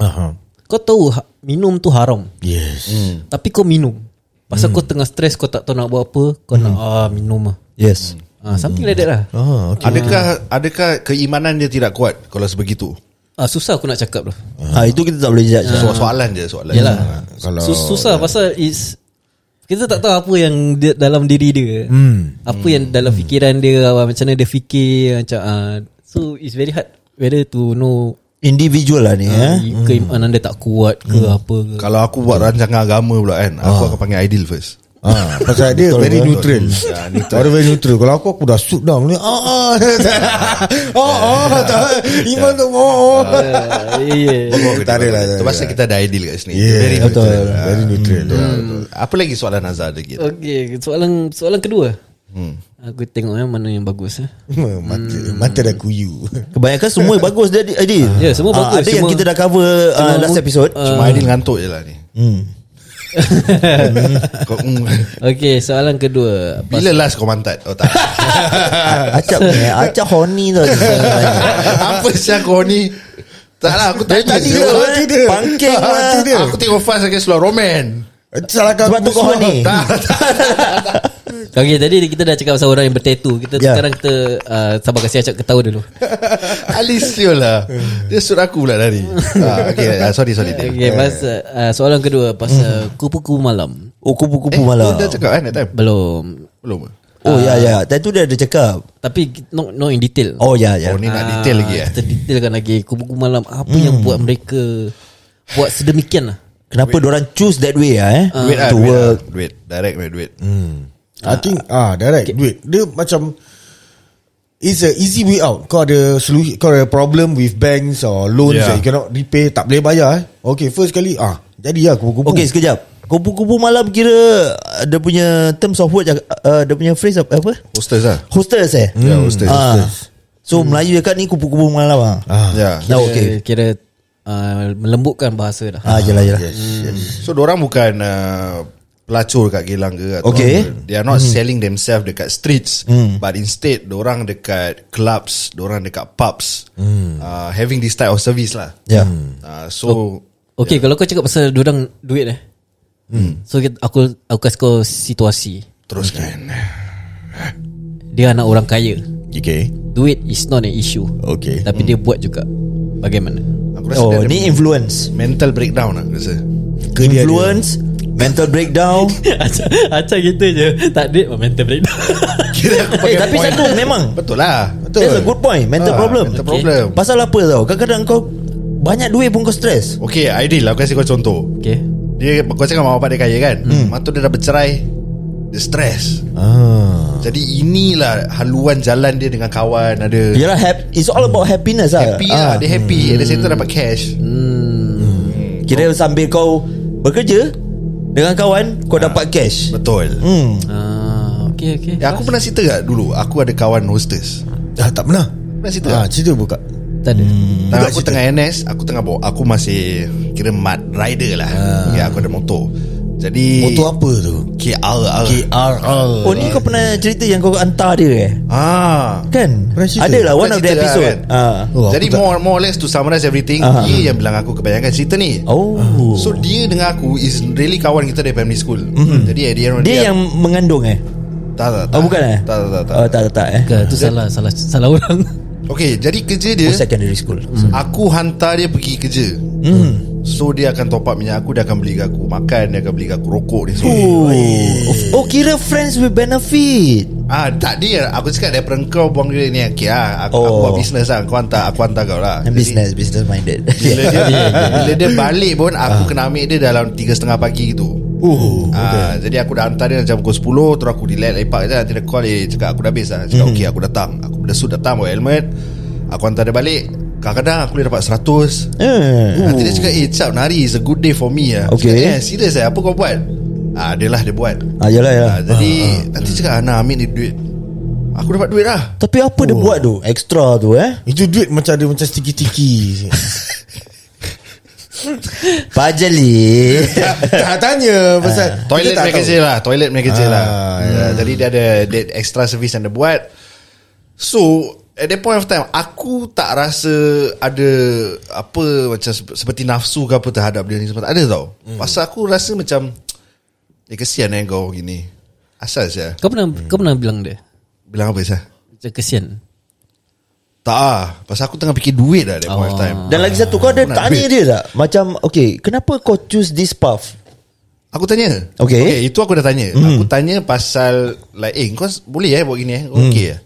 Speaker 4: Aha.
Speaker 3: Kau tahu ha- minum tu haram
Speaker 4: Yes hmm.
Speaker 3: Tapi kau minum Pasal kau tengah stres Kau tak tahu nak buat apa Kau nak ah, minum lah
Speaker 2: Yes
Speaker 3: ha, Something like that lah
Speaker 4: ah, okay.
Speaker 1: Adakah adakah keimanan dia tidak kuat kalau sebegitu?
Speaker 3: ah, Susah aku nak cakap tu
Speaker 2: ha, Itu kita tak boleh judge
Speaker 4: Ah.
Speaker 2: lah.
Speaker 1: So, soalan je soalan.
Speaker 3: Yalah.
Speaker 4: Kalau
Speaker 3: Sus- susah pasal is kita tak tahu apa yang dia, dalam diri dia. Hmm. Apa yang dalam fikiran dia apa- macam mana dia fikir macam uh, so it's very hard whether to know
Speaker 2: Individual lah ni
Speaker 3: yeah?
Speaker 2: eh.
Speaker 3: keimanan dia tak kuat ke Ya? hmm. apa ke.
Speaker 1: Kalau aku buat rancangan agama pula kan, aku akan panggil Aidil first.
Speaker 4: Ah, pasal dia very
Speaker 1: betul.
Speaker 4: neutral.
Speaker 1: Ya, neutral.
Speaker 4: Orang very neutral. Kalau aku aku dah shoot down ni. Ah ah. Oh oh. tak. Iman tu oh. oh.
Speaker 1: Ah.
Speaker 3: Uh, yeah.
Speaker 4: Tak ada lah, tak ada
Speaker 1: Itu pasal kita ada Aidil kat sini.
Speaker 4: Yeah,
Speaker 1: Very
Speaker 4: betul. Hmm. Ah.
Speaker 1: neutral. Ah,
Speaker 4: Very neutral.
Speaker 1: betul. Apa lagi soalan Azhar ada gitu?
Speaker 3: Okey, soalan soalan kedua. Hmm. Aku tengok eh, mana yang bagus eh.
Speaker 4: Mata
Speaker 2: Hmm.
Speaker 4: mata dah kuyu.
Speaker 2: Kebanyakan semua bagus dia Adil
Speaker 3: Ya, semua Ah.
Speaker 2: Ah,
Speaker 3: bagus.
Speaker 2: Ada yang
Speaker 3: Cuma-
Speaker 2: kita dah cover uh,
Speaker 3: Cuma
Speaker 2: last
Speaker 3: mu-
Speaker 2: episode
Speaker 1: Cuma Aidil ngantuk je lah ni.
Speaker 3: Hmm.
Speaker 1: Kau, mm.
Speaker 3: Okey, soalan kedua.
Speaker 1: Bila last kau mantat? Oh tak.
Speaker 2: Acap ni eh. Acap horny tu
Speaker 1: Apa siang kau ni? Tak lah, aku tanya
Speaker 2: tadi
Speaker 1: je.
Speaker 2: lah,
Speaker 4: Hati dia.
Speaker 2: Pangking lah.
Speaker 4: Hati dia.
Speaker 1: Aku tengok fast lagi slow roman.
Speaker 4: Salah kau
Speaker 2: Sebab tu kau horny
Speaker 3: Okey, tadi kita dah cakap pasal orang yang bertatu. Kita
Speaker 2: Ya.
Speaker 3: yeah. sekarang kita uh, sabar kasih acak ketawa dulu.
Speaker 1: Alis siul lah. Dia suruh aku pula dari. ah, okay, ah, sorry, sorry. Dil.
Speaker 3: Okey, pasal uh, soalan kedua pasal kupu-kupu malam.
Speaker 2: Oh
Speaker 1: Eh,
Speaker 2: kupu-kupu
Speaker 1: kau
Speaker 2: malam
Speaker 1: dah cakap kan that time?
Speaker 3: Belum.
Speaker 1: Belum ke?
Speaker 2: Oh ya ya Tadi tu dia ada cakap
Speaker 3: Tapi no no in detail.
Speaker 2: Oh ya ya
Speaker 1: Oh ni nak
Speaker 3: Ah,
Speaker 1: detail lagi eh Hmm.
Speaker 3: Kita detailkan lagi kupu-kupu malam apa yang buat mereka buat sedemikian lah.
Speaker 2: Kenapa orang choose that way ah eh?
Speaker 1: Duit lah
Speaker 2: to
Speaker 1: duit,
Speaker 2: work. Hmm.
Speaker 1: lah. duit Direct punya duit
Speaker 4: I think ah direct duit. Dia macam It's a easy way out Kau ada solution, Kau ada problem with banks Or loans
Speaker 1: Yeah.
Speaker 4: yeah. that You cannot repay Tak boleh bayar eh. Okay first kali ah Jadi lah kupu-kupu
Speaker 2: Okay sekejap. Kupu-kupu malam kira uh, dia punya terms of word jak- uh, dia punya phrase apa? apa?
Speaker 1: Hostess lah
Speaker 2: Hostess eh?
Speaker 1: Ya, hostess, Hmm.
Speaker 2: Ah. So Melayu cakap ni kupu-kupu malam ah.
Speaker 4: ah.
Speaker 1: Ya
Speaker 2: Dah okey.
Speaker 3: Kira uh, melembutkan bahasa dah.
Speaker 2: Ah jelah jelah.
Speaker 4: Yes, yes.
Speaker 1: So orang bukan uh, Pelacur kat Geylang ke atau
Speaker 2: Okay. Hmm.
Speaker 1: apa. They are not selling themselves Dekat streets But instead orang dekat clubs orang dekat pubs uh, Having this type of service lah
Speaker 2: Hmm. Ya.
Speaker 1: uh, So
Speaker 3: Okey,
Speaker 1: ya.
Speaker 3: kalau kau cakap pasal orang duit eh. Hmm. So kita, aku aku kasih kau situasi.
Speaker 1: Teruskan
Speaker 3: Dia anak orang kaya.
Speaker 4: Okay
Speaker 3: Duit is not an issue.
Speaker 2: Eh,
Speaker 4: Okay
Speaker 3: Tapi dia buat juga. Bagaimana?
Speaker 1: Aku rasa
Speaker 2: Oh
Speaker 1: dia ada
Speaker 2: ni influence.
Speaker 1: Mental breakdown lah aku rasa
Speaker 2: Influence, mental breakdown.
Speaker 3: acak, acak gitu je. Tak duit mental breakdown.
Speaker 1: Kira aku
Speaker 2: eh
Speaker 1: pakai
Speaker 2: tapi
Speaker 1: point.
Speaker 2: satu memang
Speaker 1: Betul lah Betul
Speaker 2: That's a good point Mental
Speaker 1: Ah,
Speaker 2: problem
Speaker 1: mental problem.
Speaker 2: Pasal apa tau Kadang-kadang kau Banyak duit pun kau stress
Speaker 1: Okay Aidil aku kasi kau contoh
Speaker 3: Okay.
Speaker 1: Dia Kau cakap mak bapak dia kaya kan hmm. Lepas tu dia dah bercerai Dia stress
Speaker 4: ah.
Speaker 1: Jadi inilah Haluan jalan dia dengan kawan Ada
Speaker 2: Yalah hap, It's all about happiness lah
Speaker 1: Happy
Speaker 2: Ah. Hmm.
Speaker 1: lah Dia happy At the same time dapat cash
Speaker 2: Kira sambil kau Bekerja Dengan
Speaker 1: Ah.
Speaker 2: kawan Kau dapat cash
Speaker 1: Betul
Speaker 2: Hmm
Speaker 3: Ah, okay, okay.
Speaker 1: ya, Aku pernah cerita tak dulu Aku ada kawan hostess
Speaker 4: ah tak pernah
Speaker 1: Pernah cerita
Speaker 4: Ah
Speaker 1: tak?
Speaker 4: cerita buka
Speaker 3: tak ada.
Speaker 1: Nah, aku cerita. tengah NS Aku tengah bawa Aku masih Kira mud rider lah
Speaker 2: Ah.
Speaker 1: okay, Aku ada motor Jadi
Speaker 4: Motor apa tu
Speaker 1: KR R.
Speaker 4: KRL
Speaker 2: Oh ni kau pernah cerita Yang kau hantar dia eh
Speaker 1: Ah
Speaker 2: Kan
Speaker 4: Pernah cerita?
Speaker 2: Ada lah one
Speaker 1: Pernah
Speaker 2: of the
Speaker 1: cerita lah,
Speaker 2: episode
Speaker 1: kan?
Speaker 2: Ah.
Speaker 4: Oh, aku
Speaker 1: Jadi
Speaker 4: tak-
Speaker 1: more more or less to summarize everything
Speaker 2: Ah.
Speaker 1: Dia yang bilang aku kebanyakan cerita ni
Speaker 2: Oh
Speaker 1: So dia dengan aku Is really kawan kita Dari primary school mm-hmm. Jadi at the end of the day,
Speaker 2: Dia yang mengandung eh
Speaker 1: Tak tak tak
Speaker 2: Oh bukan eh
Speaker 1: Tak tak tak, tak.
Speaker 2: Oh tak tak tak eh
Speaker 3: Ke, tu salah, salah, salah orang.
Speaker 1: Okay jadi kerja dia
Speaker 2: Oh secondary school
Speaker 1: Aku hantar dia pergi kerja
Speaker 2: Mm-hmm.
Speaker 1: mm. So dia akan top up minyak aku Dia akan beli aku makan Dia akan beli aku rokok ni semua
Speaker 2: Oh Oh kira friends with benefit
Speaker 1: Ah, tak dia Aku cakap daripada kau buang dia ni Okay lah aku, oh. aku
Speaker 2: Oh.
Speaker 1: buat business lah Kau hantar Aku hantar kau lah Jadi,
Speaker 2: Business Business minded
Speaker 1: bila dia, bila dia balik pun Aku kena ambil dia dalam 3.30 pagi gitu Ah. Oh, ah, Jadi aku dah hantar dia Macam pukul 10 Terus aku relax lepak je lah. Nanti dia call Dia cakap aku dah habis lah Dia Cakap okay aku datang Aku benda suit datang Bawa helmet Aku hantar dia balik Kadang-kadang aku boleh dapat 100
Speaker 2: Eh.
Speaker 1: Nanti dia cakap Eh cap nari is a good day for me lah Aku
Speaker 2: Okay.
Speaker 1: cakap, eh, Serius lah Apa kau buat ah, Dia lah dia buat
Speaker 2: Ah, yalah, yalah.
Speaker 1: ah, Jadi Nanti cakap Ana ambil ni duit Aku dapat duit lah
Speaker 2: Tapi apa dia buat tu? Extra tu eh.
Speaker 4: Itu duit macam ada macam sticky-sticky
Speaker 2: Pajali.
Speaker 4: Tak
Speaker 2: Ya,
Speaker 4: tanya pasal
Speaker 1: Toilet
Speaker 4: kita Ah. tak
Speaker 1: punya
Speaker 4: tahu.
Speaker 1: kerja lah Toilet punya kerja
Speaker 4: Ah,
Speaker 1: lah Ya, Jadi dia ada dia ada Extra service yang dia buat So At that point of time Aku tak rasa Ada Apa Macam sep- seperti nafsu ke apa Terhadap dia ni semua Tak ada tau
Speaker 4: Hmm.
Speaker 1: Pasal aku rasa macam Eh kesian eh kau gini Asal saya
Speaker 3: Kau pernah kau pernah bilang dia
Speaker 1: Bilang apa saya
Speaker 3: Macam kesian
Speaker 1: Tak ah Pasal aku tengah fikir duit lah At that point
Speaker 4: Ah.
Speaker 1: of time
Speaker 2: Dan lagi satu kau ada
Speaker 1: Nak
Speaker 2: tanya
Speaker 1: duit.
Speaker 2: dia tak? Macam okay, kenapa kau choose this path?
Speaker 1: Aku tanya
Speaker 2: Okay.
Speaker 1: okay Itu aku dah tanya mm. Aku tanya pasal Like eh kau s- boleh eh buat gini eh Kau mm. okay eh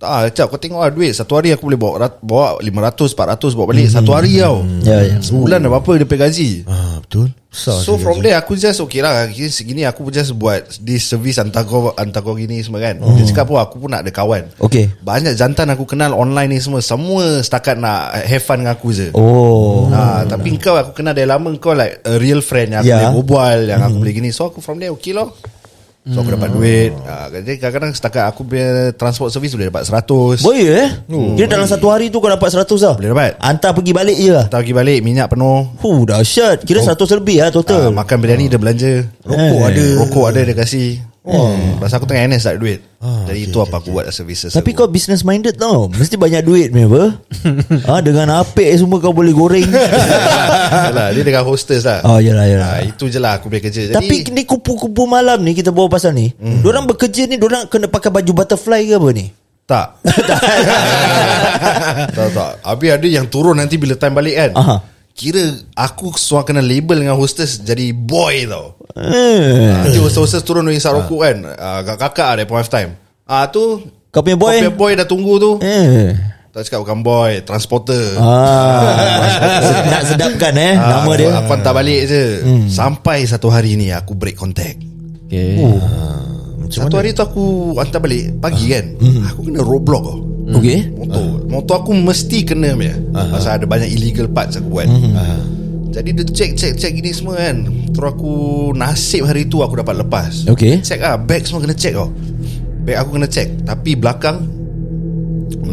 Speaker 1: Tak ah, cap kau tengok lah duit Satu hari aku boleh bawa rat- Bawa 500 400 bawa balik mm. Satu hari tau
Speaker 2: Ya, ya.
Speaker 1: Sebulan dah berapa dia pay gaji
Speaker 4: Ah, Betul
Speaker 1: So from there aku just okay lah Kira Segini aku just buat This service hantar kau Hantar kau gini semua kan Dia cakap pun aku pun nak ada kawan
Speaker 2: Okay.
Speaker 1: Banyak jantan aku kenal online ni semua Semua setakat nak have fun dengan aku je
Speaker 2: Oh.
Speaker 1: Ah, tapi kau aku kenal dah lama kau like a real friend yang aku
Speaker 2: Ya.
Speaker 1: boleh berbual yang aku boleh gini. So aku from there okay lah. So aku
Speaker 2: Hmm.
Speaker 1: dapat duit. Ah, jadi kadang-kadang setakat aku punya transport service boleh dapat 100.
Speaker 2: Boleh eh? Kira dalam satu hari tu kau dapat 100 lah.
Speaker 1: Oh. Boleh dapat.
Speaker 2: Hantar pergi balik je lah.
Speaker 1: Tak pergi balik minyak penuh.
Speaker 2: Huh, dahsyat. Kira 100 lebih lah
Speaker 1: Ah,
Speaker 2: total.
Speaker 1: makan biryani dia belanja. Rokok
Speaker 2: Eh.
Speaker 1: ada. Rokok ada dia kasi. Oh. Pasal aku tengah NS tak ada duit.
Speaker 2: Ah,
Speaker 1: Jadi itu apa aku buat lah services.
Speaker 2: Tapi
Speaker 1: aku.
Speaker 2: kau business minded tau Mesti banyak duit punya apa ha, Dengan apik semua kau boleh goreng
Speaker 1: Yalah, dia dengan hostess lah.
Speaker 2: Oh yelah yelah
Speaker 1: Ah, itu je lah aku punya kerja. Jadi, Hmm.
Speaker 2: Tapi ni kupu-kupu malam ni Kita bawa pasal ni Diorang bekerja ni Diorang kena pakai baju butterfly ke apa ni
Speaker 1: Tak Tak tak Habis ada yang turun nanti Bila time balik kan
Speaker 2: Aha.
Speaker 1: Kira aku seorang kena label dengan hostess Jadi boy tau
Speaker 2: eh,
Speaker 1: Nanti hostess-hostess turun Dengan isap rokok kan Ah, Kakak-kakak ada point of time Ah tu
Speaker 2: Kau punya Eh, boy?
Speaker 1: Kau punya boy dah tunggu tu
Speaker 2: eh.
Speaker 1: Tak cakap bukan boy Transporter
Speaker 2: Ah, Nak sedapkan eh
Speaker 1: Ah,
Speaker 2: Nama
Speaker 1: aku-
Speaker 2: dia Hmm.
Speaker 1: Aku hantar balik je Sampai satu hari ni Aku break contact
Speaker 3: Okay
Speaker 1: Satu hari tu aku Hantar balik Pagi
Speaker 2: Ah.
Speaker 1: kan
Speaker 2: Hmm.
Speaker 1: Aku kena roadblock tau
Speaker 2: Okay
Speaker 1: motor uh. motor aku mesti kena punya uh-huh. pasal ada banyak illegal parts aku buat uh-huh. jadi dia check check check ini semua kan terus aku nasib hari tu aku dapat lepas
Speaker 2: Okay.
Speaker 1: check ah bag semua kena check tau bag aku kena check tapi belakang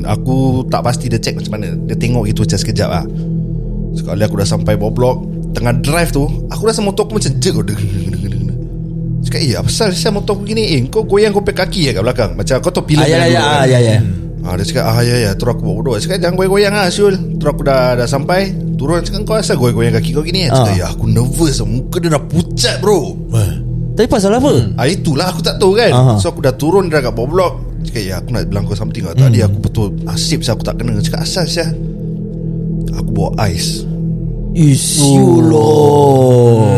Speaker 1: aku tak pasti dia check macam mana dia tengok gitu macam sekejap ah sekali aku dah sampai bawah blok tengah drive tu aku rasa motor aku macam jerk tau. Deng, deng, deng, deng, deng. Cakap Eh apa pasal Sial motor aku gini Eh kau goyang kau pakai kaki lah kat belakang Macam kau tahu
Speaker 2: ah,
Speaker 1: pilihan
Speaker 2: Ya ya ya ah, ya ya
Speaker 1: Ah, dia cakap ah, ya, ya. Terus aku buat bodoh Dia Cakap jangan goyang-goyang lah Syul Terus aku dah, dah sampai Turun dia cakap kau asal goyang-goyang kaki kau gini ah. Cakap
Speaker 2: Ah.
Speaker 1: ya aku nervous lah Muka dia dah pucat bro
Speaker 2: Tapi pasal apa
Speaker 3: Hmm.
Speaker 1: ah, Itulah aku tak tahu kan
Speaker 2: Aha.
Speaker 1: So aku dah turun Dia dah kat bawah blok Cakap ya aku nak bilang kau something lah
Speaker 2: Hmm.
Speaker 1: Tadi aku betul Asyik saya aku tak kena Dia Cakap asal saya Aku bawa ais
Speaker 2: Isu loh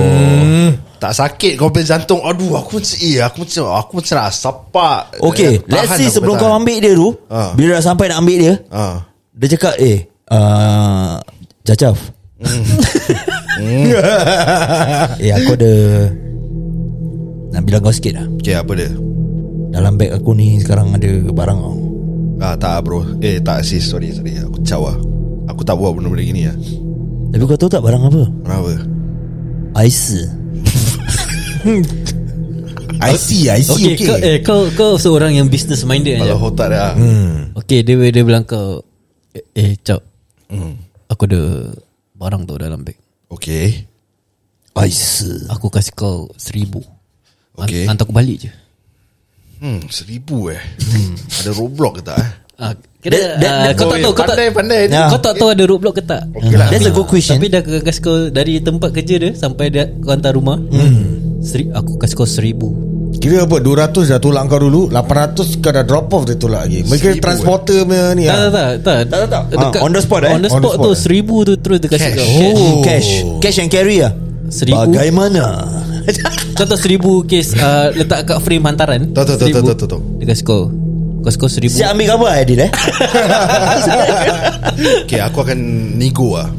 Speaker 1: tak sakit kau punya jantung Aduh aku macam Eh aku macam Aku macam nak sapak Eh,
Speaker 2: Okay
Speaker 1: Tahan
Speaker 2: Let's see
Speaker 1: aku
Speaker 2: sebelum
Speaker 1: tahan.
Speaker 2: kau ambil dia tu
Speaker 1: Ah.
Speaker 2: Bila dah sampai nak ambil dia
Speaker 1: ah.
Speaker 2: Dia cakap Eh uh, Jajaf
Speaker 1: Hmm.
Speaker 2: Eh aku ada Nak bilang kau sikit lah
Speaker 1: Okay apa dia
Speaker 2: Dalam beg aku ni Sekarang ada barang kau
Speaker 1: Ah tak ah, bro Eh tak sis Sorry sorry Aku cawa Aku tak buat benda-benda gini lah
Speaker 2: Tapi kau tahu tak barang apa
Speaker 1: Kenapa
Speaker 2: Ais
Speaker 4: I see I see
Speaker 3: Okay, okay. Kau, eh, kau, kau seorang yang business minded
Speaker 1: Kalau
Speaker 2: Ya.
Speaker 3: aja.
Speaker 1: hotak dia ah. hmm.
Speaker 3: Okay dia, dia bilang kau Eh, eh Cap Aku ada Barang tu dalam beg
Speaker 1: Okay
Speaker 2: Ais
Speaker 3: Aku kasih kau Seribu
Speaker 1: Okay.
Speaker 3: Hantar aku balik je
Speaker 1: Hmm seribu eh hmm. Ada roblox ke tak eh
Speaker 3: Ah,
Speaker 2: That-
Speaker 3: kira,
Speaker 2: that-
Speaker 3: ah,
Speaker 2: that-
Speaker 3: kau tak tahu kau tak
Speaker 1: Oh, Pandai pandai
Speaker 2: Ya.
Speaker 3: kau tak tahu ada roadblock ke tak?
Speaker 1: Okay lah
Speaker 2: That's a good question
Speaker 3: Tapi dah kasih kau dari tempat kerja dia sampai dia kau hantar rumah. Hmm. Seri, aku kasih kau seribu.
Speaker 4: Kira apa 200 dah tolak kau dulu 800 kau dah drop off dia tolak lagi Mereka
Speaker 1: Seribu,
Speaker 2: eh.
Speaker 4: transporter punya ni
Speaker 3: Tak
Speaker 4: lah
Speaker 3: tak tak.
Speaker 2: Tak, tak, tak.
Speaker 3: Dekat-
Speaker 2: Ya. Ah, on the spot, eh?
Speaker 3: On
Speaker 4: On the
Speaker 3: the spot,
Speaker 4: spot,
Speaker 3: tu
Speaker 4: eh?
Speaker 3: seribu tu terus dia kasih
Speaker 1: Cash.
Speaker 3: kau.
Speaker 2: Oh Cash Cash and carry lah
Speaker 3: Seribu.
Speaker 2: Bagaimana
Speaker 3: Contoh seribu kes ah, letak kat frame hantaran.
Speaker 1: Tahu, tahu, tahu,
Speaker 3: Seribu.
Speaker 1: tahu, tahu, tahu.
Speaker 3: Dia kasih kau. Kau kasih kau seribu.
Speaker 2: Siap ambil gambar Adil eh
Speaker 1: Okay aku akan nego lah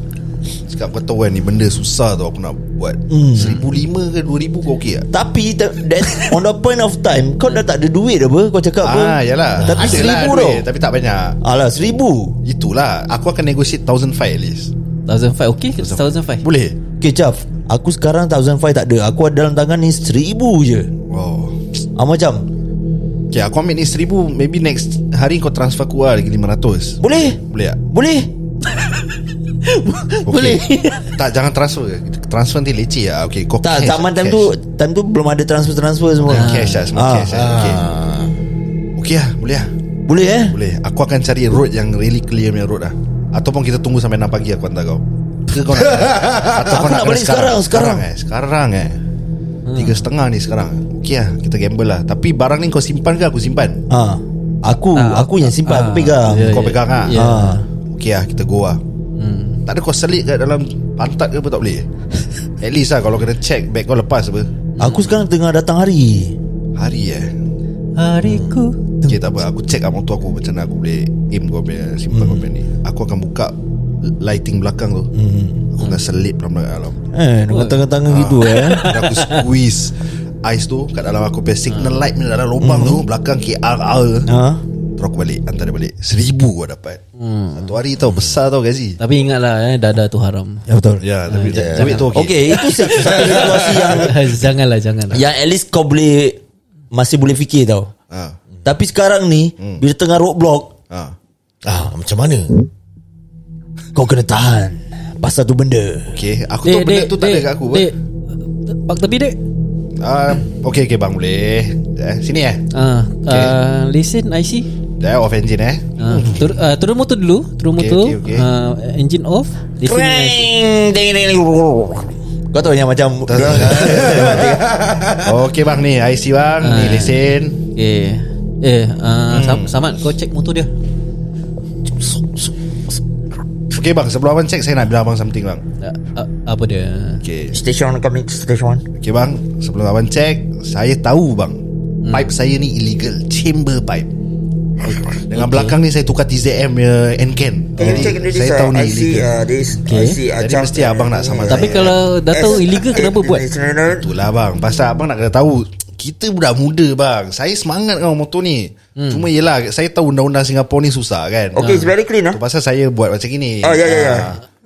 Speaker 1: Cakap kau tahu kan Ni benda susah tau Aku nak buat
Speaker 2: Hmm.
Speaker 1: Seribu lima ke dua ribu Kau okey tak
Speaker 2: Tapi te- that, On the point of time Kau dah tak ada duit dah apa Kau cakap
Speaker 1: Ah,
Speaker 2: apa
Speaker 1: yalah. Ada
Speaker 2: Tapi
Speaker 1: lah
Speaker 2: seribu
Speaker 1: duit,
Speaker 2: tau
Speaker 1: Tapi tak banyak.
Speaker 2: Alah seribu
Speaker 1: Itulah Aku akan negotiate 1005 at least
Speaker 3: 1005 Okay 1005
Speaker 1: Boleh?
Speaker 2: Okay Chaf Aku sekarang 1005 tak ada Aku ada dalam tangan ni seribu je
Speaker 1: Wow
Speaker 2: ah, Macam
Speaker 1: Okay aku ambil ni 1000 Maybe next hari kau transfer aku lah Lagi 500
Speaker 2: Boleh
Speaker 1: Boleh tak?
Speaker 2: Boleh
Speaker 1: Okay.
Speaker 2: Boleh.
Speaker 1: Tak jangan transfer Transfer nanti leceh lah Okay kau
Speaker 2: Tak
Speaker 1: cash,
Speaker 2: zaman time
Speaker 1: cash.
Speaker 2: tu Time tu belum ada transfer-transfer semua
Speaker 1: Semua cash lah Semua
Speaker 2: Ah,
Speaker 1: cash lah Okay Okay lah Boleh lah
Speaker 2: Boleh eh
Speaker 1: Boleh Aku akan cari road yang Really clear punya road lah Ataupun kita tunggu sampai 6 pagi lah, Aku hantar kau Ke kau nak Atau
Speaker 2: Aku nak
Speaker 1: kena
Speaker 2: balik sekarang, Hmm.
Speaker 1: Sekarang eh Sekarang eh Tiga setengah ni sekarang Okay lah Kita gamble lah Tapi barang ni kau simpan ke aku simpan
Speaker 2: ah, Aku
Speaker 3: Ah,
Speaker 2: Aku yang simpan Aku
Speaker 3: ah,
Speaker 2: pegang
Speaker 3: ya,
Speaker 1: Kau pegang lah
Speaker 3: ya.
Speaker 2: Ah.
Speaker 1: Okay lah kita go lah hmm. Tak ada kau selit kat dalam Pantat ke apa tak boleh At least lah Kalau kena check Bag kau lepas apa
Speaker 2: Aku sekarang tengah datang hari
Speaker 1: Hari eh
Speaker 3: Hariku
Speaker 1: Okay tak apa Aku check lah motor aku Macam mana aku boleh Aim kau punya Simpan kau punya ni Aku akan buka Lighting belakang tu Aku akan selit pelan-pelan kat dalam
Speaker 2: Eh Dengan tangan-tangan gitu eh
Speaker 1: Dan aku squeeze Ice tu Kat dalam aku punya signal light punya Dalam lubang tu Belakang KRR
Speaker 2: Ah.
Speaker 1: Terus aku balik Hantar dia balik Seribu kau dapat Satu hari tau Besar tau gaji
Speaker 3: Tapi ingatlah eh Dadah tu haram
Speaker 2: Ya betul
Speaker 1: Ya tapi Duit tu okay
Speaker 2: Okay itu se- satu situasi yang
Speaker 3: Janganlah Janganlah
Speaker 2: Yang at least kau boleh Masih boleh fikir tau
Speaker 1: Ha.
Speaker 2: Tapi sekarang ni Bila tengah roadblock
Speaker 1: Ha.
Speaker 4: Ah, macam mana?
Speaker 2: Kau kena tahan Pasal tu benda
Speaker 1: Okay Aku tahu benda tu tak ada kat aku kan?
Speaker 3: Dek Pak tepi dek
Speaker 1: uh, Okay okay bang boleh eh, Sini eh
Speaker 3: Ah, ah, Lesen IC
Speaker 1: Dah off engine eh
Speaker 3: Ah, tur, ah, Turun motor dulu Turun
Speaker 1: Okay,
Speaker 3: motor
Speaker 1: okay, okay.
Speaker 3: Ah, Engine off Lesen IC
Speaker 2: Hmm, Kau tahu yang macam
Speaker 1: Okay bang ni IC bang Ni
Speaker 3: Ah.
Speaker 1: lesen
Speaker 3: Okay Eh ah, Sam- Samad kau check motor dia
Speaker 1: Okay bang sebelum abang check Saya nak bilang abang something bang
Speaker 3: Ah, ah, Apa dia
Speaker 1: Okay
Speaker 2: Station coming Station
Speaker 1: Okay bang Sebelum abang check Saya tahu bang
Speaker 3: Hmm.
Speaker 1: Pipe saya ni illegal Chamber pipe Dengan belakang ni Saya tukar TZM punya Encan Jadi Saya tahu ni illegal
Speaker 2: uh,
Speaker 5: this
Speaker 3: Okay.
Speaker 1: Jadi mesti abang nak sama
Speaker 3: Eh, Tapi
Speaker 1: saya
Speaker 3: kalau dah tahu illegal kenapa buat?
Speaker 1: Itulah bang Pasal abang nak kena tahu Kita budak muda bang Saya semangat dengan motor ni hmm. Cuma yelah Saya tahu undang-undang Singapura ni susah kan
Speaker 5: Okay, it's very clean
Speaker 1: Tu
Speaker 5: ah.
Speaker 1: pasal saya buat macam gini Ha.
Speaker 5: Ah, ya, ya, ya.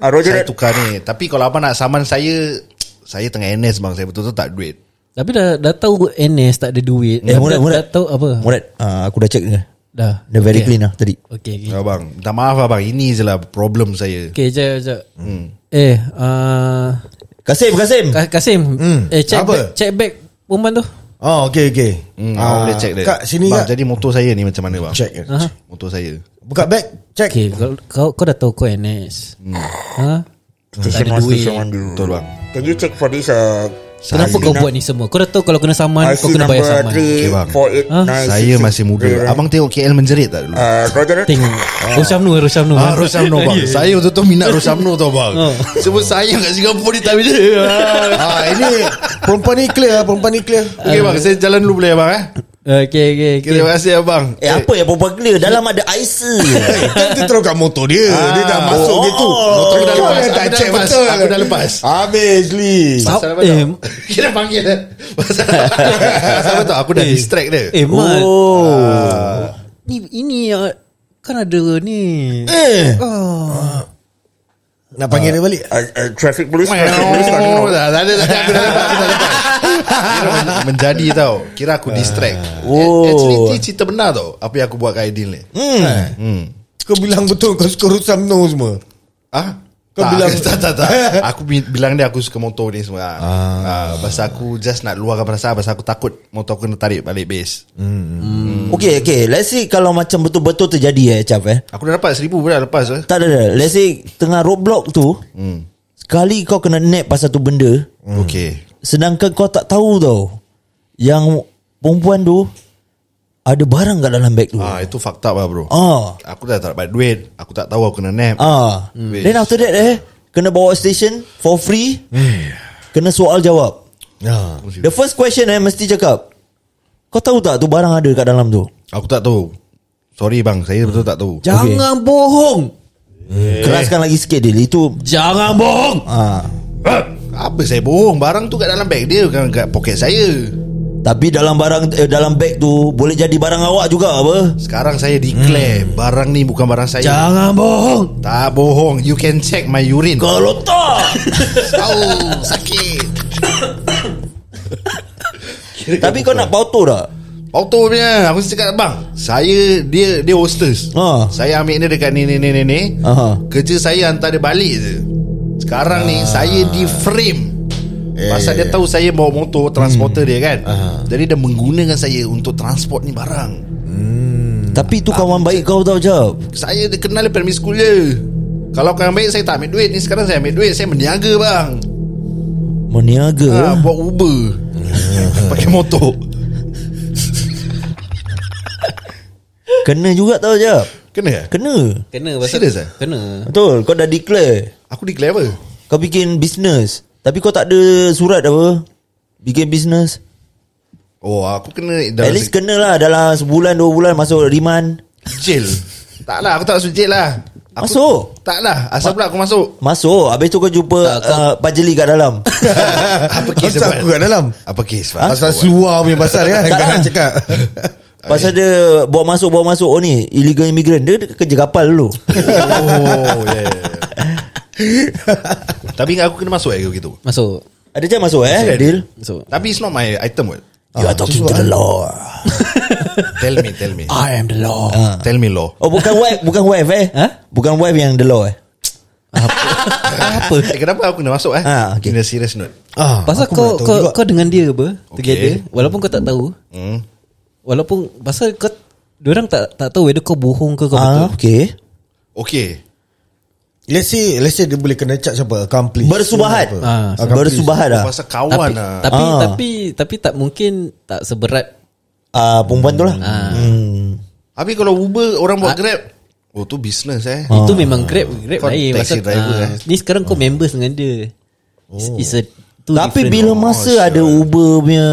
Speaker 5: Ah, Roger
Speaker 1: Saya
Speaker 5: that.
Speaker 1: tukar ni Tapi kalau abang nak saman saya Saya tengah NS bang Saya betul-betul tak duit
Speaker 3: Tapi dah, dah tahu NS tak ada duit
Speaker 2: Eh
Speaker 3: dah, dah,
Speaker 2: Murad Murad
Speaker 3: dah tahu apa
Speaker 2: Murad ah, Aku dah check dia
Speaker 3: Dah
Speaker 2: Dia very
Speaker 3: Okay.
Speaker 2: clean lah tadi
Speaker 3: Okay
Speaker 5: Hmm.
Speaker 3: okay,
Speaker 1: Ya bang Minta maaf abang Ini je lah problem saya
Speaker 3: okay jap jap hmm. Eh uh,
Speaker 2: Kasim Kasim
Speaker 3: Ka- Kasim hmm. Eh check
Speaker 4: Apa?
Speaker 3: back, check back Perempuan tu
Speaker 4: Oh, okay, okay.
Speaker 1: hmm,
Speaker 5: Ah,
Speaker 1: Abang boleh check dia
Speaker 4: Kak, Ah, sini
Speaker 1: bang,
Speaker 4: kak.
Speaker 1: Jadi motor saya ni macam mana bang
Speaker 4: Check.
Speaker 3: Aha.
Speaker 1: Motor saya
Speaker 5: Hmm.
Speaker 4: Buka bag, check.
Speaker 3: Okay kau, kau, kau dah tahu kau NS hmm. ha? Tak ada duit
Speaker 1: Betul bang
Speaker 5: Can you check for this uh,
Speaker 3: Kenapa kau buat ni semua Kau dah tahu kalau kena saman
Speaker 5: IC
Speaker 3: Kau kena
Speaker 5: number
Speaker 3: bayar saman
Speaker 1: Okay, bang.
Speaker 5: 348966?
Speaker 1: Saya masih
Speaker 5: eh,
Speaker 1: muda Abang tengok KL menjerit tak dulu
Speaker 5: Uh, Roger that.
Speaker 3: Tengok eh, Rosyamnu Rosyamnu
Speaker 1: Ah, Rosamno bang Saya betul-betul minat Rosamno tau bang Sebab saya kat Singapura ni tak bila
Speaker 4: Ah, ini perempuan ni clear, perempuan ni clear.
Speaker 1: Okay bang Saya jalan dulu boleh abang eh
Speaker 3: Okay okay, okay.
Speaker 1: Terima kasih abang
Speaker 2: Eh apa yang perempuan clear Dalam ada IC
Speaker 4: kan Dia terus kat motor dia. Dia dah masuk
Speaker 2: oh.
Speaker 4: gitu.
Speaker 1: Motor aku dah
Speaker 4: Ah. Kau
Speaker 1: lepas
Speaker 4: yang
Speaker 1: Aku
Speaker 4: tak
Speaker 1: dah
Speaker 4: check
Speaker 1: lepas
Speaker 4: betul.
Speaker 1: Aku dah lepas
Speaker 4: Habis Lee.
Speaker 1: Pasal apa
Speaker 3: eh,
Speaker 1: tau? Kira panggil dia Pasal pasal apa tau Aku dah distract dia
Speaker 3: Eh Mat
Speaker 2: Oh
Speaker 3: Ni ini ah, Kan ada ni
Speaker 1: Eh.
Speaker 4: Nak
Speaker 1: Ah.
Speaker 4: panggil dia balik.
Speaker 5: Uh, uh, traffic police. Traffic police. I don't
Speaker 1: Oh,
Speaker 5: know.
Speaker 1: dah, dah ada, dah ada. Aku dah lepas, aku dah lepas. Kira men- menjadi tau Kira aku distract
Speaker 2: Oh.
Speaker 1: A- Actually ni cerita benar tau Apa yang aku buat kat Aidil ni
Speaker 4: Hmm. Eh.
Speaker 1: Hmm.
Speaker 4: Kau bilang betul kau suka Rusam No semua.
Speaker 1: Ah,
Speaker 4: Kau
Speaker 1: tak,
Speaker 4: bilang-
Speaker 1: tak, tak, tak. Aku bi- bilang dia aku suka motor ni semua. Ah. Ah, pasal aku just nak luahkan perasaan pasal aku takut motor aku kena tarik balik base.
Speaker 2: Okay okay Let's say kalau macam betul-betul terjadi eh Chaf eh
Speaker 1: Aku dah dapat seribu pula lepas eh.
Speaker 2: Tak ada dah Let's say Tengah roadblock tu
Speaker 1: Hmm.
Speaker 2: Sekali kau kena nap pasal tu benda
Speaker 1: Okay.
Speaker 2: Sedangkan kau tak tahu tau Yang Perempuan tu Ada barang kat dalam beg tu
Speaker 1: Ah, itu fakta lah bro.
Speaker 2: Ah
Speaker 1: Aku dah tak dapat duit. Aku tak tahu aku kena nap.
Speaker 2: Ah.
Speaker 1: Hmm.
Speaker 2: Then after that eh kena bawa station for free. kena soal jawab.
Speaker 4: Ya.
Speaker 2: The first question eh mesti cakap. Kau tahu tak tu barang ada kat dalam tu?
Speaker 1: Aku tak tahu. Sorry bang, saya betul tak tahu.
Speaker 3: Jangan bohong
Speaker 1: Eh.
Speaker 2: Keraskan lagi sikit Dil Itu
Speaker 3: Jangan bohong
Speaker 2: ah,
Speaker 1: Apa saya bohong Barang tu kat dalam beg dia Bukan kat poket saya
Speaker 2: Tapi dalam barang eh, Dalam beg tu Boleh jadi barang awak juga apa
Speaker 1: Sekarang saya declare hmm. Barang ni bukan barang saya
Speaker 3: Jangan bohong
Speaker 1: Tak bohong You can check my urine
Speaker 2: Kalau tak
Speaker 1: Tahu Sakit
Speaker 2: Tapi kau nak pautu tak
Speaker 1: Auto punya Aku cakap bang Saya Dia dia hostess
Speaker 2: Ah.
Speaker 1: Saya ambil dia dekat ni ni ni ni, ni.
Speaker 2: Aha.
Speaker 1: Kerja saya hantar dia balik je Sekarang ni Saya di frame Ah. Eh. Pasal dia tahu saya bawa motor Transporter hmm. dia kan Jadi dia menggunakan saya Untuk transport ni barang
Speaker 2: Tapi tu kawan baik kau tau Jab
Speaker 1: Saya dia kenal dia primary school je Kalau kau yang baik Saya tak ambil duit ni Sekarang saya ambil duit Saya meniaga bang ha,
Speaker 2: Meniaga
Speaker 1: Buat Uber Pakai motor
Speaker 2: Kena juga tau Jab
Speaker 1: Kena ke?
Speaker 2: Kena
Speaker 3: Kena pasal
Speaker 1: Serius eh?
Speaker 3: Kena
Speaker 2: Betul Kau dah declare
Speaker 1: Aku declare apa?
Speaker 2: Kau bikin bisnes Tapi kau tak ada surat apa Bikin bisnes
Speaker 1: Oh aku kena
Speaker 2: At
Speaker 1: dalam
Speaker 2: least kena lah Dalam sebulan dua bulan Masuk remand
Speaker 1: jail Tak lah aku tak masuk jail lah aku,
Speaker 2: Masuk.
Speaker 1: Tak lah Asal pula aku masuk
Speaker 2: Masuk Habis tu kau jumpa uh, Pajeli kat dalam
Speaker 1: Apa kes
Speaker 4: Pasal aku kat dalam
Speaker 1: Apa kes Pak?
Speaker 4: Pasal suar punya pasal kan
Speaker 2: Tak.
Speaker 4: Kau nak cakap
Speaker 2: Pasal dia Bawa masuk Bawa masuk Oh ni Illegal immigrant Dia kerja kapal dulu
Speaker 1: Oh yeah, yeah. Tapi ingat aku kena masuk eh kalau gitu
Speaker 3: Masuk
Speaker 2: Ada je masuk eh Adil
Speaker 3: Masuk
Speaker 1: Tapi it's not my item what
Speaker 2: You are talking to the law
Speaker 1: Tell me Tell me
Speaker 3: I am the law
Speaker 1: Tell me law
Speaker 2: Oh bukan wife Bukan wife eh
Speaker 3: Ha?
Speaker 2: Bukan wife yang the law eh
Speaker 1: Apa eh, Kenapa aku kena masuk eh
Speaker 2: Ah, okay.
Speaker 1: Kena serious note
Speaker 4: ah,
Speaker 3: Pasal
Speaker 4: aku pun
Speaker 3: kau
Speaker 4: nak tahu
Speaker 3: kau,
Speaker 4: juga.
Speaker 3: kau dengan dia apa
Speaker 1: Okay.
Speaker 3: Together Walaupun kau tak tahu
Speaker 1: hmm.
Speaker 3: Walaupun Pasal kau Diorang tak tak tahu Whether kau bohong ke kau
Speaker 2: Ah,
Speaker 3: betul
Speaker 2: Okay
Speaker 1: Okay
Speaker 4: Let's say Let's say dia boleh kena charge apa Accomplish
Speaker 2: Bersubahat
Speaker 4: Apa?
Speaker 3: Ah,
Speaker 4: Accomplish.
Speaker 2: Bersubahat lah
Speaker 1: Pasal kawan
Speaker 3: tapi,
Speaker 1: lah
Speaker 3: tapi,
Speaker 2: Ah.
Speaker 3: tapi tapi tak mungkin tak seberat
Speaker 2: Ah, Perempuan tu lah Hmm.
Speaker 1: Habis kalau Uber Orang buat grab Oh tu business eh
Speaker 2: Ah.
Speaker 3: Itu memang Grab Grab
Speaker 1: Kau
Speaker 3: lain
Speaker 1: taxi driver,
Speaker 3: ah,
Speaker 1: eh. Oh.
Speaker 3: Ni sekarang kau members dengan dia It's, it's a two
Speaker 2: Tapi
Speaker 3: different-
Speaker 2: bila masa ada Uber punya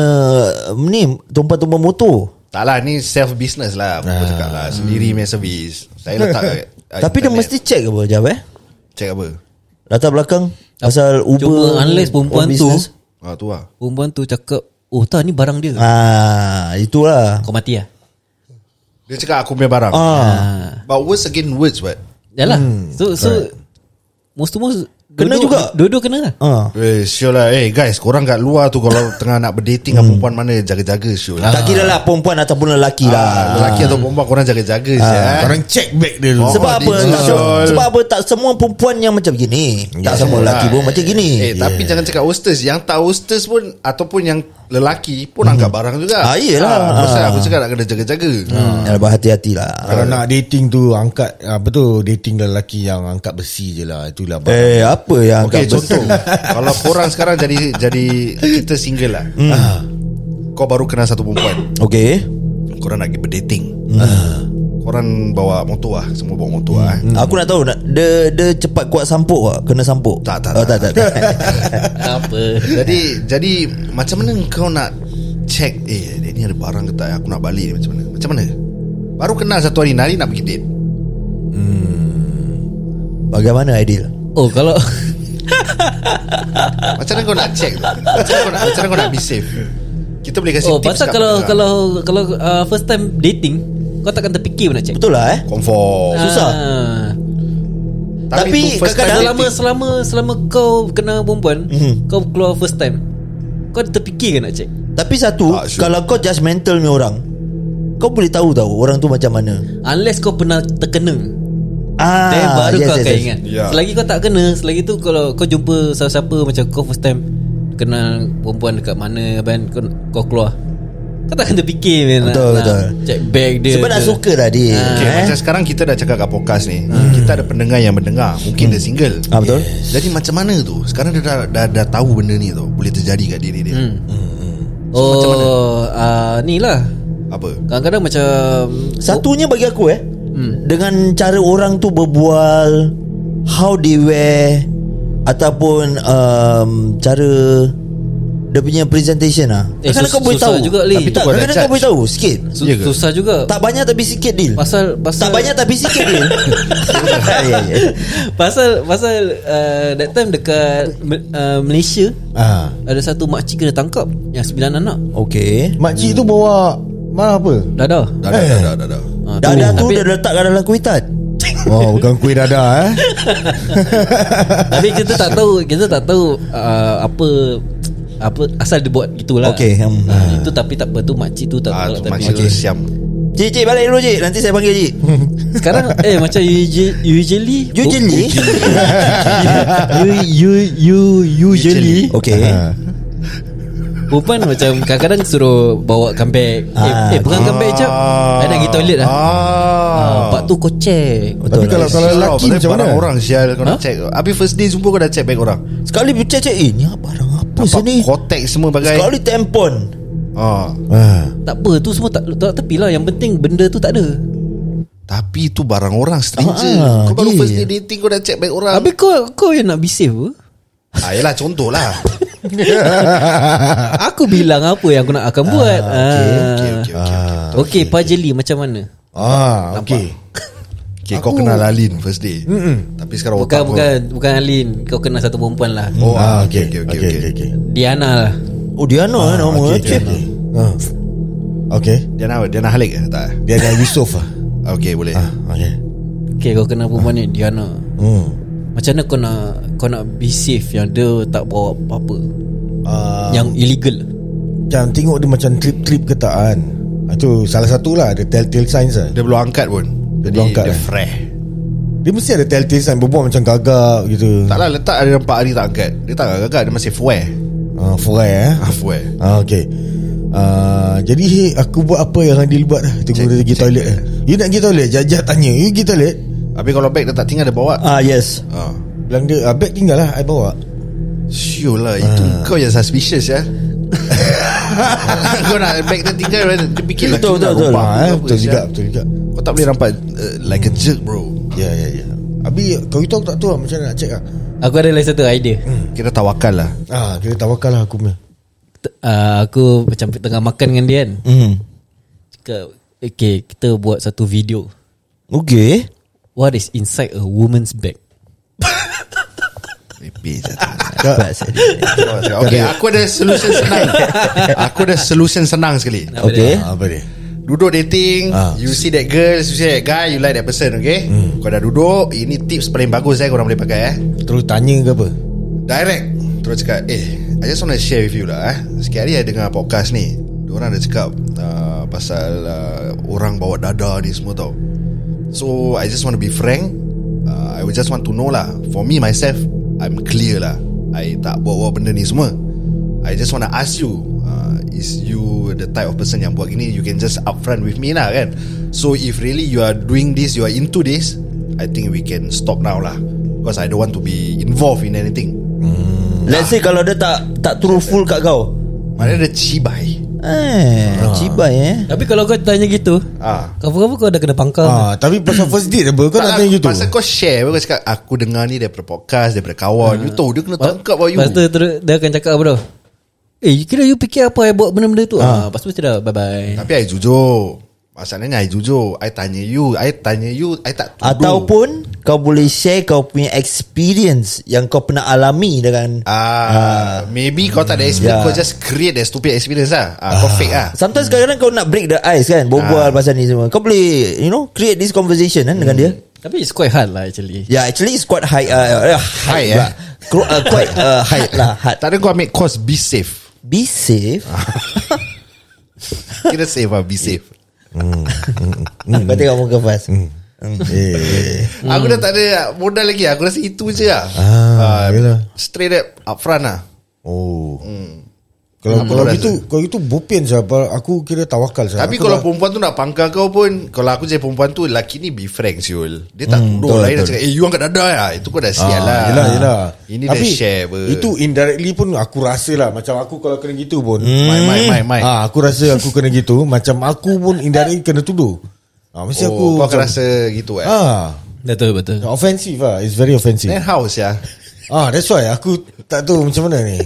Speaker 2: Ni Tumpuan-tumpuan motor
Speaker 1: Tak lah ni self business lah Aku cakap lah Sendiri punya service Saya letak kat- kat
Speaker 2: Ah. Tapi
Speaker 1: Ah,
Speaker 2: dia
Speaker 1: internet.
Speaker 2: mesti check apa Jab eh
Speaker 1: Check apa
Speaker 2: Latar belakang Pasal Uber
Speaker 3: Cuma unless perempuan
Speaker 2: or
Speaker 3: tu
Speaker 2: business.
Speaker 1: Ah tu lah
Speaker 3: Perempuan tu cakap Oh tak ni barang dia
Speaker 2: Ah, itulah
Speaker 3: Kau mati lah
Speaker 1: Dia cakap aku punya barang
Speaker 2: Ah,
Speaker 3: ah.
Speaker 1: But words again words what
Speaker 3: Yalah So, so Most to most
Speaker 2: Hmm, Kena
Speaker 3: dua-dua-
Speaker 2: juga.
Speaker 3: Dua-dua kena lah
Speaker 2: ah.
Speaker 1: Eh sure lah Eh guys korang kat luar tu Kalau tengah nak berdating Dengan
Speaker 2: Hmm.
Speaker 1: perempuan mana Jaga-jaga sure lah
Speaker 2: Tak kira lah perempuan ataupun lelaki
Speaker 1: Ah,
Speaker 2: lah
Speaker 1: Lelaki atau perempuan Korang jaga-jaga ah.
Speaker 4: Korang check back dia dulu
Speaker 1: Oh,
Speaker 2: Sebab apa
Speaker 1: dia
Speaker 2: tak,
Speaker 1: jual.
Speaker 2: Sebab apa tak semua perempuan yang macam gini Tak semua lelaki pun macam gini
Speaker 1: Ya.
Speaker 2: Ya.
Speaker 1: Eh tapi jangan cakap hostess Yang tak hostess pun Ataupun yang lelaki Pun angkat barang juga
Speaker 2: Ah, iyalah.
Speaker 1: Pasal
Speaker 2: Ah.
Speaker 1: aku cakap nak kena jaga-jaga
Speaker 2: Hmm, Jangan berhati-hati lah
Speaker 4: Kalau nak dating tu Angkat Apa tu Dating lelaki yang Angkat besi je lah Itulah bang.
Speaker 2: Eh apa yang
Speaker 1: Okay
Speaker 2: okay,
Speaker 1: contoh Kalau korang sekarang jadi jadi Kita single lah Ah. Kau baru kenal satu perempuan
Speaker 2: Okay
Speaker 1: Korang nak pergi berdating Korang bawa motor lah Semua bawa motor lah eh.
Speaker 2: Aku nak tahu nak, Dia dia cepat kuat sampuk tak? Kena sampuk
Speaker 1: Tak, tak,
Speaker 2: oh,
Speaker 1: tak.
Speaker 2: tak, tak, tak.
Speaker 3: Apa
Speaker 1: Jadi Jadi Macam mana kau nak Check Eh dia ni ada barang ke tak Aku nak balik ni Macam mana Macam mana Baru kenal satu hari Nari nak pergi date
Speaker 2: Bagaimana Aidil
Speaker 3: Oh kalau
Speaker 1: Macam mana kau nak check tu? Macam mana kau nak, macam mana kau nak be safe Kita boleh kasi
Speaker 3: Oh
Speaker 1: tips lah.
Speaker 3: pasal
Speaker 1: kat
Speaker 3: kalau
Speaker 1: pendengar.
Speaker 3: Kalau kalau uh, First time dating Kau takkan terfikir pun nak check
Speaker 2: Betul lah eh
Speaker 1: Confirm
Speaker 2: susah.
Speaker 3: Ah.
Speaker 2: tapi
Speaker 1: tu first time
Speaker 2: kadang-kadang
Speaker 1: dating.
Speaker 3: Selama selama selama kau kenal perempuan,
Speaker 2: Mhm.
Speaker 3: mm-hmm. kau keluar first time. Kau terfikir ke nak check?
Speaker 2: Tapi satu
Speaker 1: Tak, sure.
Speaker 2: Kalau kau judgemental ni orang Kau boleh tahu tau Orang tu macam mana
Speaker 3: Unless kau pernah terkena. Ah,
Speaker 2: Ah,
Speaker 3: Then baru kau
Speaker 2: yes, yes,
Speaker 3: akan
Speaker 2: yes.
Speaker 3: ingat.
Speaker 1: Ya.
Speaker 3: Selagi kau tak kena, selagi tu kalau kau jumpa siapa-siapa macam kau first time kenal perempuan dekat mana kan kau, kau keluar. Kau takkan terfikir man,
Speaker 2: Betul,
Speaker 3: nak,
Speaker 2: betul.
Speaker 3: nak check bag dia.
Speaker 2: Sebab nak
Speaker 3: ke.
Speaker 2: suka lah dia
Speaker 1: Okay,
Speaker 2: eh?
Speaker 1: Ah. Macam sekarang kita dah cakap kat podcast ni
Speaker 3: Hmm.
Speaker 1: Kita ada pendengar yang mendengar Mungkin dia single
Speaker 2: Ah, betul.
Speaker 1: Jadi macam mana tu Sekarang dia dah, dah, dah tahu benda ni tu Boleh terjadi kat diri dia
Speaker 3: Hmm. Oh, ah, ni lah.
Speaker 1: Apa
Speaker 3: Kadang-kadang macam
Speaker 2: Satunya bagi aku eh hmm. Dengan cara orang tu berbual How they wear Ataupun um, Cara Dia punya presentation lah
Speaker 3: Eh,
Speaker 2: Kadang-kadang
Speaker 3: sus-
Speaker 2: kau boleh
Speaker 3: susah
Speaker 2: tahu
Speaker 3: juga, Lee.
Speaker 2: Tapi tak
Speaker 1: Kau dah
Speaker 2: Kadang-kadang kau
Speaker 1: judge.
Speaker 2: boleh tahu Sikit
Speaker 3: Su-
Speaker 1: Ya ke?
Speaker 3: Susah juga
Speaker 2: Tak banyak tapi sikit deal
Speaker 3: Pasal pasal
Speaker 2: Tak banyak tapi sikit deal Ya, ya, ya.
Speaker 3: Pasal Pasal uh, That time dekat uh, Malaysia
Speaker 4: Ah.
Speaker 3: Ada satu makcik kena tangkap Yang sembilan anak
Speaker 2: Okay
Speaker 4: Makcik tu bawa Marah apa? Eh.
Speaker 3: Dadah
Speaker 1: Dah dah dah dah, dah dah.
Speaker 3: Ah,
Speaker 2: Dadah
Speaker 3: tapi-
Speaker 2: tu
Speaker 3: tapi-
Speaker 2: dia letakkan dalam kuitat
Speaker 4: Oh bukan kuih dadah eh
Speaker 3: Tapi kita tak tahu Kita tak tahu uh, Apa apa asal dia buat gitulah.
Speaker 2: Okay, hmm.
Speaker 3: Ah, itu tapi tak apa tu makcik tu tak
Speaker 1: Ah,
Speaker 3: tahu
Speaker 1: tu
Speaker 3: lah, tapi
Speaker 1: makcik tu siam.
Speaker 2: Cik, cik balik dulu cik Nanti saya panggil cik
Speaker 3: sekarang eh macam usually usually Oh,
Speaker 2: Usually
Speaker 3: you you you usually
Speaker 2: Okay
Speaker 3: Perempuan macam kadang-kadang suruh bawa comeback eh,
Speaker 2: Ah,
Speaker 3: eh bukan comeback jap I nak pergi toilet lah
Speaker 1: Ah.
Speaker 3: ah, Pak tu kau check
Speaker 4: Tapi
Speaker 2: Betul lah.
Speaker 4: kalau kalau
Speaker 1: Sial,
Speaker 4: lelaki
Speaker 1: pasal
Speaker 4: macam mana?
Speaker 1: barang orang sial kau nak
Speaker 3: Ha?
Speaker 1: check. Habis first day semua kau dah check bag orang.
Speaker 2: Sekali pecah cik Eh ni barang apa sini
Speaker 1: Kotek semua bagai.
Speaker 2: Sekali tempon
Speaker 1: Ah.
Speaker 4: ah.
Speaker 3: Tak apa tu semua tak tak tepi lah Yang penting benda tu tak ada
Speaker 1: Tapi tu barang orang stranger.
Speaker 2: Ah,
Speaker 1: kau baru
Speaker 2: yeah.
Speaker 1: first day dating kau dah check bag orang.
Speaker 3: Habis kau kau yang nak be safe apa?
Speaker 1: Ah, yelah contoh lah.
Speaker 3: Aku bilang apa yang aku nak akan buat ah, Okay,
Speaker 1: okay, okay, okay,
Speaker 3: okay, okay, Pajeli macam mana?
Speaker 4: Ah, okay.
Speaker 1: Okay, Eh, kau kenal lah. Alin first day. Mm-mm. Tapi sekarang
Speaker 3: Bukan
Speaker 1: otak
Speaker 3: bukan bukan Alin Kau kenal satu perempuan lah
Speaker 1: Kau. Oh, ah, okay, okay, okay, okay, okay, okay.
Speaker 3: Diana lah
Speaker 2: Oh Diana ah, nama
Speaker 4: okay,
Speaker 2: okay, cik
Speaker 4: Diana. Ah. Okay.
Speaker 1: Dia nak dia nak halik ke tak? eh?
Speaker 4: Dia ada Yusof ah.
Speaker 1: Okay, boleh.
Speaker 4: Ah, okay.
Speaker 3: Okay kau kenal perempuan ni Diana
Speaker 4: Hmm.
Speaker 3: Macam mana kau nak Kau nak be safe Yang dia tak bawa apa-apa
Speaker 4: Ah,
Speaker 3: Yang illegal
Speaker 4: macam tengok dia macam trip-trip ke tak kan. Ah, Itu salah satu lah Ada telltale signs lah
Speaker 1: Dia belum angkat pun.
Speaker 4: Dia
Speaker 1: Jadi
Speaker 4: belum angkat,
Speaker 1: Dia
Speaker 4: eh?
Speaker 1: fresh.
Speaker 4: Dia mesti ada telltale sign Berbual macam gagak gitu
Speaker 1: Tak lah letak ada 4 hari tak angkat. Dia tak agak dia masih fueh.
Speaker 4: ah, Furai eh
Speaker 1: Ah, fueh.
Speaker 4: ah, Okay ah, Jadi aku buat apa yang Adil buat lah Tunggu
Speaker 1: Check-
Speaker 4: dia pergi
Speaker 1: check
Speaker 4: toilet
Speaker 1: dia.
Speaker 4: lah You nak pergi toilet Jajah tanya You pergi toilet
Speaker 1: Habis kalau bag dia tak tinggal dia bawa.
Speaker 2: Ah yes
Speaker 1: Ah.
Speaker 4: Bilang dia ah, Bag tinggal lah I bawa
Speaker 1: Sure lah Itu
Speaker 4: Ah.
Speaker 1: kau yang suspicious ya Kau nak bag dia tinggal eh? Dia fikir lelaki
Speaker 2: Betul,
Speaker 1: nak
Speaker 2: betul,
Speaker 1: rompang
Speaker 4: ah,
Speaker 1: ke
Speaker 4: eh,
Speaker 1: apa,
Speaker 4: Betul
Speaker 1: sial.
Speaker 4: juga Betul juga
Speaker 1: Kau tak boleh nampak uh, Like a jerk bro
Speaker 4: Ya ya ya Habis kau itu aku tak tahu lah Macam mana nak check lah
Speaker 3: Aku ada lagi satu idea
Speaker 4: Hmm.
Speaker 1: Kira tawakal lah
Speaker 4: ah, Kira tawakal lah aku punya
Speaker 3: T- uh, Aku macam tengah makan dengan dia kan
Speaker 4: Hmm.
Speaker 2: mm.
Speaker 3: Cakap Okay kita buat satu video
Speaker 2: Okay
Speaker 3: What is inside a woman's bag
Speaker 1: Repeat
Speaker 2: Dapat saya
Speaker 1: Okay aku ada solution senang Aku ada solution senang sekali
Speaker 2: Okay
Speaker 4: ah, Apa dia
Speaker 1: Duduk dating
Speaker 4: Ah. Hmm.
Speaker 1: You see that girl You see that guy You like that person okay Kau dah duduk Ini tips paling bagus eh Korang boleh pakai eh
Speaker 4: Terus tanya ke apa
Speaker 1: Direct Terus cakap Eh I just want to share with you lah eh. Sikit hari I dengar podcast ni Diorang ada cakap uh, Pasal uh, Orang bawa dada ni semua tau So I just want to be frank uh, I would just want to know lah For me myself I'm clear lah I tak buat-buat benda ni semua I just want to ask you uh, Is you the type of person yang buat gini You can just upfront with me lah kan So if really you are doing this You are into this I think we can stop now lah Because I don't want to be involved in anything
Speaker 2: Let's say kalau dia tak Tak true full kat kau
Speaker 1: Maknanya dia cibai
Speaker 2: Eh Cibai eh
Speaker 3: Tapi kalau kau tanya gitu
Speaker 1: Ah.
Speaker 3: Cover-cover kau dah kena pangkal
Speaker 4: ah, Tapi pasal first date apa Kau
Speaker 1: Tak
Speaker 4: nak
Speaker 1: lah,
Speaker 4: tanya gitu
Speaker 1: Pasal kau share Kau cakap Aku dengar ni daripada podcast Daripada kawan You tahu dia kena tangkap lah you
Speaker 3: Lepas tu terus dia akan cakap apa tau Eh you kira you fikir apa I buat benda-benda tu
Speaker 4: Ah.
Speaker 3: ha. Lepas tu macam dah bye bye
Speaker 1: Tapi I jujur Masalahnya I jujur I tanya you I tanya you I tak tuduh
Speaker 2: Ataupun Kau boleh share Kau punya experience Yang kau pernah alami Dengan
Speaker 1: Ah, maybe kau tak ada experience
Speaker 2: Yeah.
Speaker 1: Kau just create that stupid experience lah ah, Kau fake lah
Speaker 2: Sometimes kadang-kadang kau nak break the ice
Speaker 1: Ah.
Speaker 2: kan Berbual pasal ni semua Kau boleh You know Create this conversation kan
Speaker 1: Hmm.
Speaker 2: Dengan dia
Speaker 3: Tapi it's quite hard lah actually
Speaker 2: Yeah actually it's quite high uh,
Speaker 1: High,
Speaker 2: uh, High, high
Speaker 1: eh?
Speaker 2: lah. Cro- uh, Quite uh, high lah hard.
Speaker 1: Tak ada kau ambil course Be safe
Speaker 2: Be safe
Speaker 1: Ah. Kira safe lah Be safe Hmm.
Speaker 2: Kau tengok muka Fas
Speaker 4: Eh
Speaker 1: Aku dah tak ada modal lagi Aku rasa itu je lah
Speaker 4: Ah, yelah.
Speaker 1: Straight up Upfront lah
Speaker 4: Oh.
Speaker 1: Hmm.
Speaker 4: Kalau
Speaker 1: Apa
Speaker 4: kalau
Speaker 1: kau
Speaker 4: gitu kalau gitu bopian siapa aku kira tawakal saya.
Speaker 1: Tapi
Speaker 4: aku
Speaker 1: kalau
Speaker 4: dah-
Speaker 1: perempuan tu nak pangkal kau pun Kalau aku jadi perempuan tu Lelaki ni be frank Syul Dia tak
Speaker 2: Hmm,
Speaker 1: tuduh
Speaker 2: betul,
Speaker 1: lain Dia
Speaker 2: betul.
Speaker 1: cakap Eh you angkat dada ya Itu kau dah sial lah
Speaker 4: Ah, Yelah yelah
Speaker 1: Ini Tapi, dah share apa
Speaker 4: Itu indirectly pun aku rasa lah Macam aku kalau kena gitu pun
Speaker 1: Hmm. Mai mai mai mai
Speaker 4: ah, Aku rasa aku kena gitu Macam aku pun indirectly kena tuduh ah,
Speaker 1: Oh,
Speaker 4: Mesti aku
Speaker 1: kau akan
Speaker 4: macam-
Speaker 1: rasa gitu eh
Speaker 4: ah,
Speaker 3: Betul betul
Speaker 4: Offensive lah It's very offensive
Speaker 1: Then how ya Eh?
Speaker 4: ah, That's why aku tak tahu macam mana ni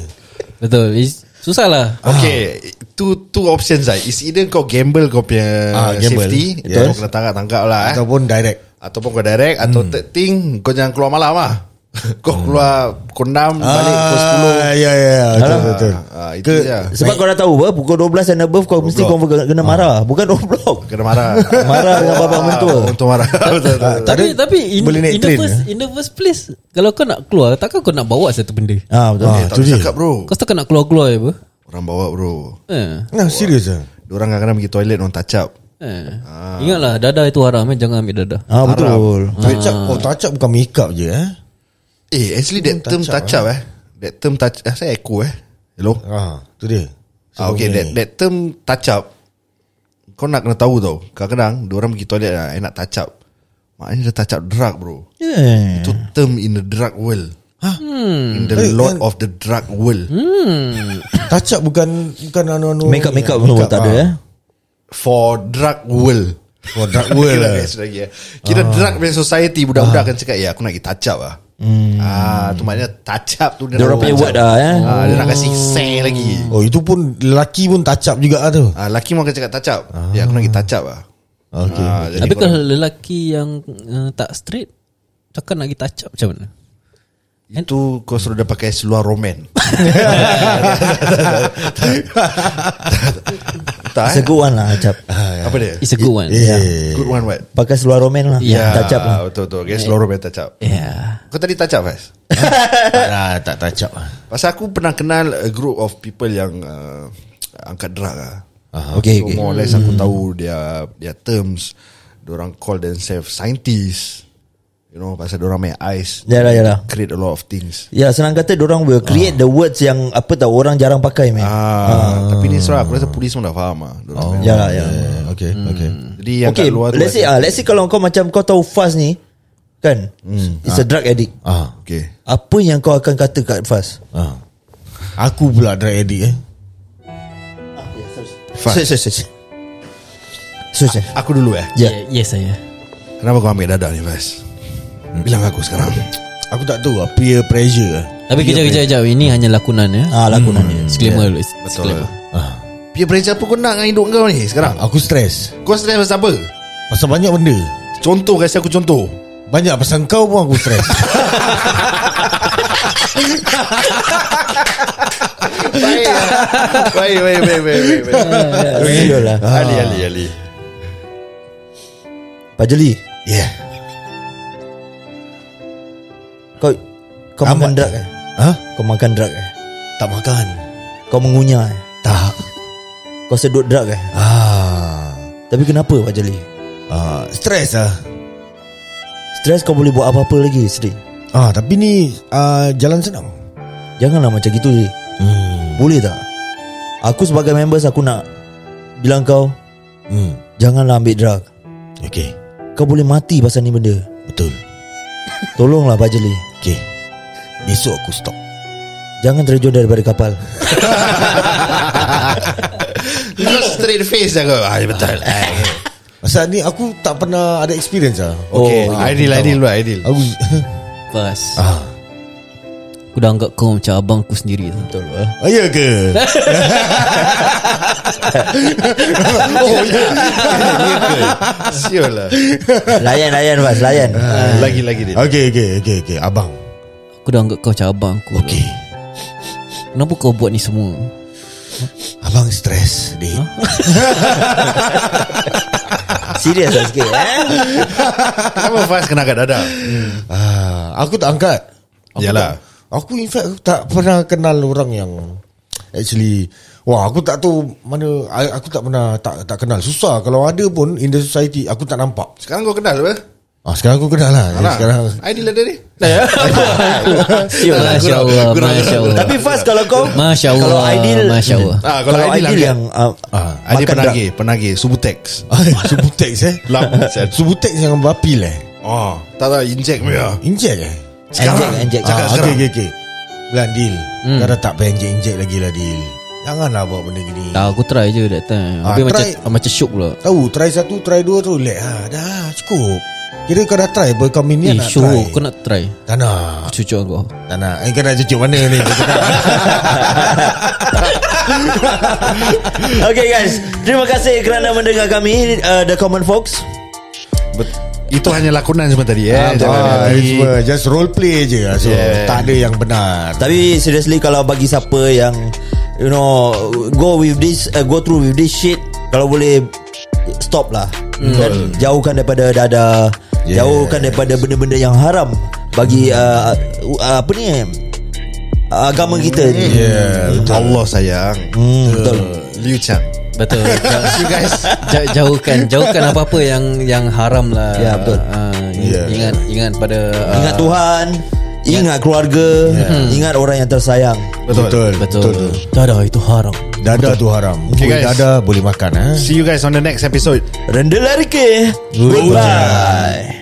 Speaker 3: Betul It's, Susah lah
Speaker 4: Ah,
Speaker 1: Okay Two two options lah It's either kau gamble Kau punya ah,
Speaker 4: Ah, gamble.
Speaker 1: safety
Speaker 4: Yes.
Speaker 1: Kau kena tangkap-tangkap lah eh.
Speaker 4: Ataupun direct
Speaker 1: Ataupun kau direct
Speaker 4: Hmm.
Speaker 1: Atau third thing Kau jangan keluar malam lah Kau keluar Pukul 6 Balik pukul
Speaker 4: Ah, Ya ya ya, Betul betul
Speaker 1: ah, itu
Speaker 4: Ke
Speaker 1: je.
Speaker 2: Sebab kau dah tahu apa Pukul 12 and above Kau mesti kau kena marah Bukan
Speaker 1: 10
Speaker 2: overblock
Speaker 1: Kena marah
Speaker 2: Marah dengan babak mentua.
Speaker 1: Untuk marah Betul, betul, betul.
Speaker 4: Tak
Speaker 3: Tapi
Speaker 4: ada-
Speaker 3: tapi in,
Speaker 4: boleh naik
Speaker 3: in, the
Speaker 4: train ya?
Speaker 3: first, in the first place Kalau kau nak keluar Takkan kau nak bawa satu benda
Speaker 2: Ah, betul.
Speaker 4: Ah,
Speaker 1: Eh, tak
Speaker 4: tu
Speaker 1: boleh
Speaker 4: dia.
Speaker 1: cakap bro
Speaker 3: Kau setakat nak keluar-keluar je apa
Speaker 1: Orang bawa bro
Speaker 3: eh.
Speaker 4: Nah serius lah
Speaker 1: Diorang kadang-kadang pergi toilet Orang touch up
Speaker 3: Eh. Ingatlah dada itu haram eh. Jangan ambil dada
Speaker 2: Ah, betul.
Speaker 4: Touch up Oh touch up bukan make up je eh
Speaker 1: Eh actually that term touch up eh That term touch eh, Saya echo eh Hello
Speaker 4: Ah, tu dia
Speaker 1: ah, Okay that, that term touch up Kau nak kena tahu tau Kadang-kadang Diorang pergi toilet lah I nak touch up Maknanya dia touch up drug bro
Speaker 2: Yeah.
Speaker 1: Itu term in the drug world In the
Speaker 4: Eh,
Speaker 1: lot
Speaker 4: eh.
Speaker 1: of the drug world
Speaker 4: Touch up bukan Bukan anu-anu
Speaker 2: Make up make up semua tak ada
Speaker 4: ah.
Speaker 2: eh.
Speaker 1: For drug world
Speaker 4: For drug world
Speaker 1: Kira
Speaker 4: lah. Ah.
Speaker 1: guys lagi eh. Kira drug punya society Budak-budak akan cakap Ya aku nak pergi touch up lah
Speaker 4: Hmm.
Speaker 1: Ah, tu maknanya touch up tu dia
Speaker 2: Dia orang
Speaker 1: nak
Speaker 2: punya
Speaker 1: touch
Speaker 2: word
Speaker 1: up.
Speaker 2: dah eh.
Speaker 1: Ah, dia nak kasi say lagi.
Speaker 4: Oh itu pun Lelaki pun touch up juga lah tu
Speaker 1: Ah, laki mahu akan cakap touch up.
Speaker 4: Ah.
Speaker 1: Ya, aku nak pergi touch up lah.
Speaker 4: Okay
Speaker 1: Ah, jadi
Speaker 3: Tapi
Speaker 1: korang-
Speaker 3: kalau lelaki yang uh, Tak straight Takkan nak pergi touch up macam mana
Speaker 1: itu kau suruh dia pakai seluar roman. tak. eh?
Speaker 2: It's a good one lah Acap
Speaker 1: Apa dia?
Speaker 3: It's a good one
Speaker 4: Yeah.
Speaker 1: Good one what?
Speaker 2: Pakai seluar roman lah
Speaker 1: Ya,
Speaker 2: Touch up lah
Speaker 1: Betul betul. Okay, seluar roman touch up.
Speaker 3: Yeah
Speaker 1: Kau tadi touch up, Faiz?
Speaker 4: tak, lah, tak touch up lah
Speaker 1: Pasal aku pernah kenal a group of people yang uh, angkat drug lah. so
Speaker 2: Okay, okay. Hmm.
Speaker 1: more or less aku tahu their their terms. Orang call themselves scientists. You know, pasal orang main eyes.
Speaker 2: Yalah yalah
Speaker 1: Create a lot of things.
Speaker 2: lah, Ya senang kata orang will create the words yang Apa tau orang jarang pakai man
Speaker 1: Ah, tapi ni seorang aku rasa polis pun dah faham ah. Oh.
Speaker 2: Yalah yalah
Speaker 4: Eh, Okay okay
Speaker 1: Jadi yang
Speaker 2: Ya. Okay
Speaker 1: kat luar tu
Speaker 2: let's say ah, Let's say kalau kau macam Kau tahu Faz ni Kan It's a drug addict
Speaker 4: Ah,
Speaker 1: Okay.
Speaker 2: Apa yang kau akan kata kat Faz
Speaker 4: ah. Aku pula drug addict eh
Speaker 1: Faz.
Speaker 2: Faz Sus sus Sus sus
Speaker 1: Aku dulu eh.
Speaker 2: Ya
Speaker 3: Yeah, Yes saya
Speaker 1: Kenapa kau ambil dada ni, Faiz? Bilang aku sekarang.
Speaker 4: Aku tak tahu lah Peer pressure lah
Speaker 3: Tapi kejap-kejap kejap. Ini hanya lakonan ya
Speaker 2: Ah lakonan dia
Speaker 3: Disclaimer dulu Disclaimer
Speaker 1: Peer pressure apa kau nak dengan hidup kau ni sekarang?
Speaker 2: Ah.
Speaker 4: Aku stres
Speaker 1: Kau stress pasal apa?
Speaker 4: Pasal banyak benda
Speaker 1: Contoh kasi aku contoh.
Speaker 4: Banyak pasal kau pun aku stres
Speaker 1: Baik. baik, baik, baik, baik, baik, baik.
Speaker 2: Betul lah
Speaker 4: Ah.
Speaker 1: Ali, Ali, Ali.
Speaker 2: Pajali
Speaker 4: Yeah
Speaker 2: Kau Kau makan
Speaker 4: Amat.
Speaker 2: drug eh
Speaker 4: Ha?
Speaker 2: Kau makan drug eh
Speaker 4: Tak makan
Speaker 2: Kau mengunyah eh
Speaker 4: Tak
Speaker 2: Kau sedut drug eh
Speaker 4: Ah,
Speaker 2: Tapi kenapa Pajali
Speaker 4: ah Stres lah
Speaker 2: Stres kau boleh buat apa-apa lagi Sri
Speaker 4: Ah, tapi ni ah, jalan senang.
Speaker 2: Janganlah macam gitu Sri
Speaker 4: Hmm.
Speaker 2: Boleh tak Aku sebagai members Aku nak Bilang kau
Speaker 4: Hmm.
Speaker 2: Janganlah ambil drug
Speaker 4: Okey.
Speaker 2: Kau boleh mati pasal ni benda
Speaker 4: Betul.
Speaker 2: Tolonglah Pajali
Speaker 4: Okey. Besok aku stop.
Speaker 2: Jangan terjun daripada kapal
Speaker 1: Kau straight face lah kau. Ah, betul.
Speaker 4: Masa ni aku tak pernah ada experience lah.
Speaker 1: Okay, ideal, ideal lah, ideal.
Speaker 4: Aku
Speaker 3: Pas
Speaker 4: Ah.
Speaker 3: Aku dah anggap kau macam abang aku sendiri Betul lah
Speaker 4: Ah, ya ke?
Speaker 1: Oh, ya. Ya ke? Siul lah.
Speaker 2: Layan layan Fas Layan
Speaker 4: Ah.
Speaker 1: Lagi, lagi dia.
Speaker 4: Okey, okey, okey, okey. Abang.
Speaker 3: Aku dah anggap kau macam abang aku
Speaker 4: Okey.
Speaker 3: Kenapa kau buat ni semua
Speaker 4: Abang stres, Dik.
Speaker 2: Serius lah sikit eh?
Speaker 1: Kenapa Faz kena kat dada?
Speaker 4: Ah, aku tak angkat. Aku
Speaker 1: Yalah.
Speaker 4: Tak, aku in fact aku tak pernah kenal orang yang actually wah aku tak tahu mana I- aku tak pernah tak tak kenal. Susah kalau ada pun in the society aku tak nampak.
Speaker 1: Sekarang kau kenal apa?
Speaker 4: Ah sekarang aku kenal lah.
Speaker 1: Alah,
Speaker 4: Sekarang
Speaker 1: Ideal ada ni?
Speaker 3: Masya Allah Masya Allah
Speaker 2: Tapi Fas kalau kau
Speaker 3: Masya Allah
Speaker 2: Kalau ideal
Speaker 3: Masya Allah
Speaker 1: Ah,
Speaker 2: Kalau ideal
Speaker 1: angkat.
Speaker 2: yang uh,
Speaker 4: Ah,
Speaker 1: Adil
Speaker 2: Makan drug
Speaker 1: penagih Penagih Subutex
Speaker 4: Ay, Subutex eh
Speaker 1: Lap Set.
Speaker 4: Subutex yang bapil eh
Speaker 1: Oh Tak Ya. tak inject punya
Speaker 4: Injek eh
Speaker 2: Inject inject
Speaker 1: Cakap
Speaker 4: ah,
Speaker 1: sekarang.
Speaker 4: Okay okay okay Bulan Dil hmm. Kau dah tak payah injek-injek lagi lah Dil Janganlah buat benda gini
Speaker 3: Tak aku try je that time
Speaker 4: Ah,
Speaker 3: Habis macam
Speaker 4: try.
Speaker 3: Macam syok pula
Speaker 4: Tahu try satu try dua tu Relax ha, Dah cukup Kira kau dah try Kau
Speaker 3: Eh
Speaker 4: minion nak
Speaker 3: syok
Speaker 4: try
Speaker 3: Kau nak try
Speaker 4: Tak nak
Speaker 3: Cucuk kau
Speaker 4: Tak nak Eh kau nak cucuk mana ni Kau tak nak.
Speaker 2: Okay guys Terima kasih kerana mendengar kami uh, The Common Folks
Speaker 1: Bet- Itu hanya lakonan semua tadi eh.
Speaker 4: Ah,
Speaker 1: Jangan hati.
Speaker 4: it's, uh, Just role play je Ah, so,
Speaker 1: Yeah.
Speaker 4: Tak ada yang benar
Speaker 2: Tapi seriously Kalau bagi siapa yang You know Go with this uh, Go through with this shit Kalau boleh Stop lah Dan Jauhkan daripada dada
Speaker 4: Yes.
Speaker 2: Jauhkan daripada benda-benda yang haram Bagi uh, uh, Apa ni uh, Agama kita ni
Speaker 4: Yeah
Speaker 1: Allah sayang. Eh,
Speaker 2: hmm, Betul
Speaker 1: Liu Chang.
Speaker 3: Betul You guys ja- Jauhkan Jauhkan apa-apa yang Yang haram lah
Speaker 2: Ya, betul.
Speaker 3: Ah,
Speaker 4: Ya.
Speaker 3: Ingat Ingat pada ah,
Speaker 2: Ingat Tuhan Ingat keluarga Ingat orang yang tersayang
Speaker 4: Betul Betul, betul.
Speaker 3: Betul Dada itu haram
Speaker 4: Dada tu haram
Speaker 1: Okay,
Speaker 4: Boleh
Speaker 1: guys.
Speaker 4: dada boleh makan eh?
Speaker 1: See you guys on the next episode.
Speaker 2: Rendah lari ke Goodbye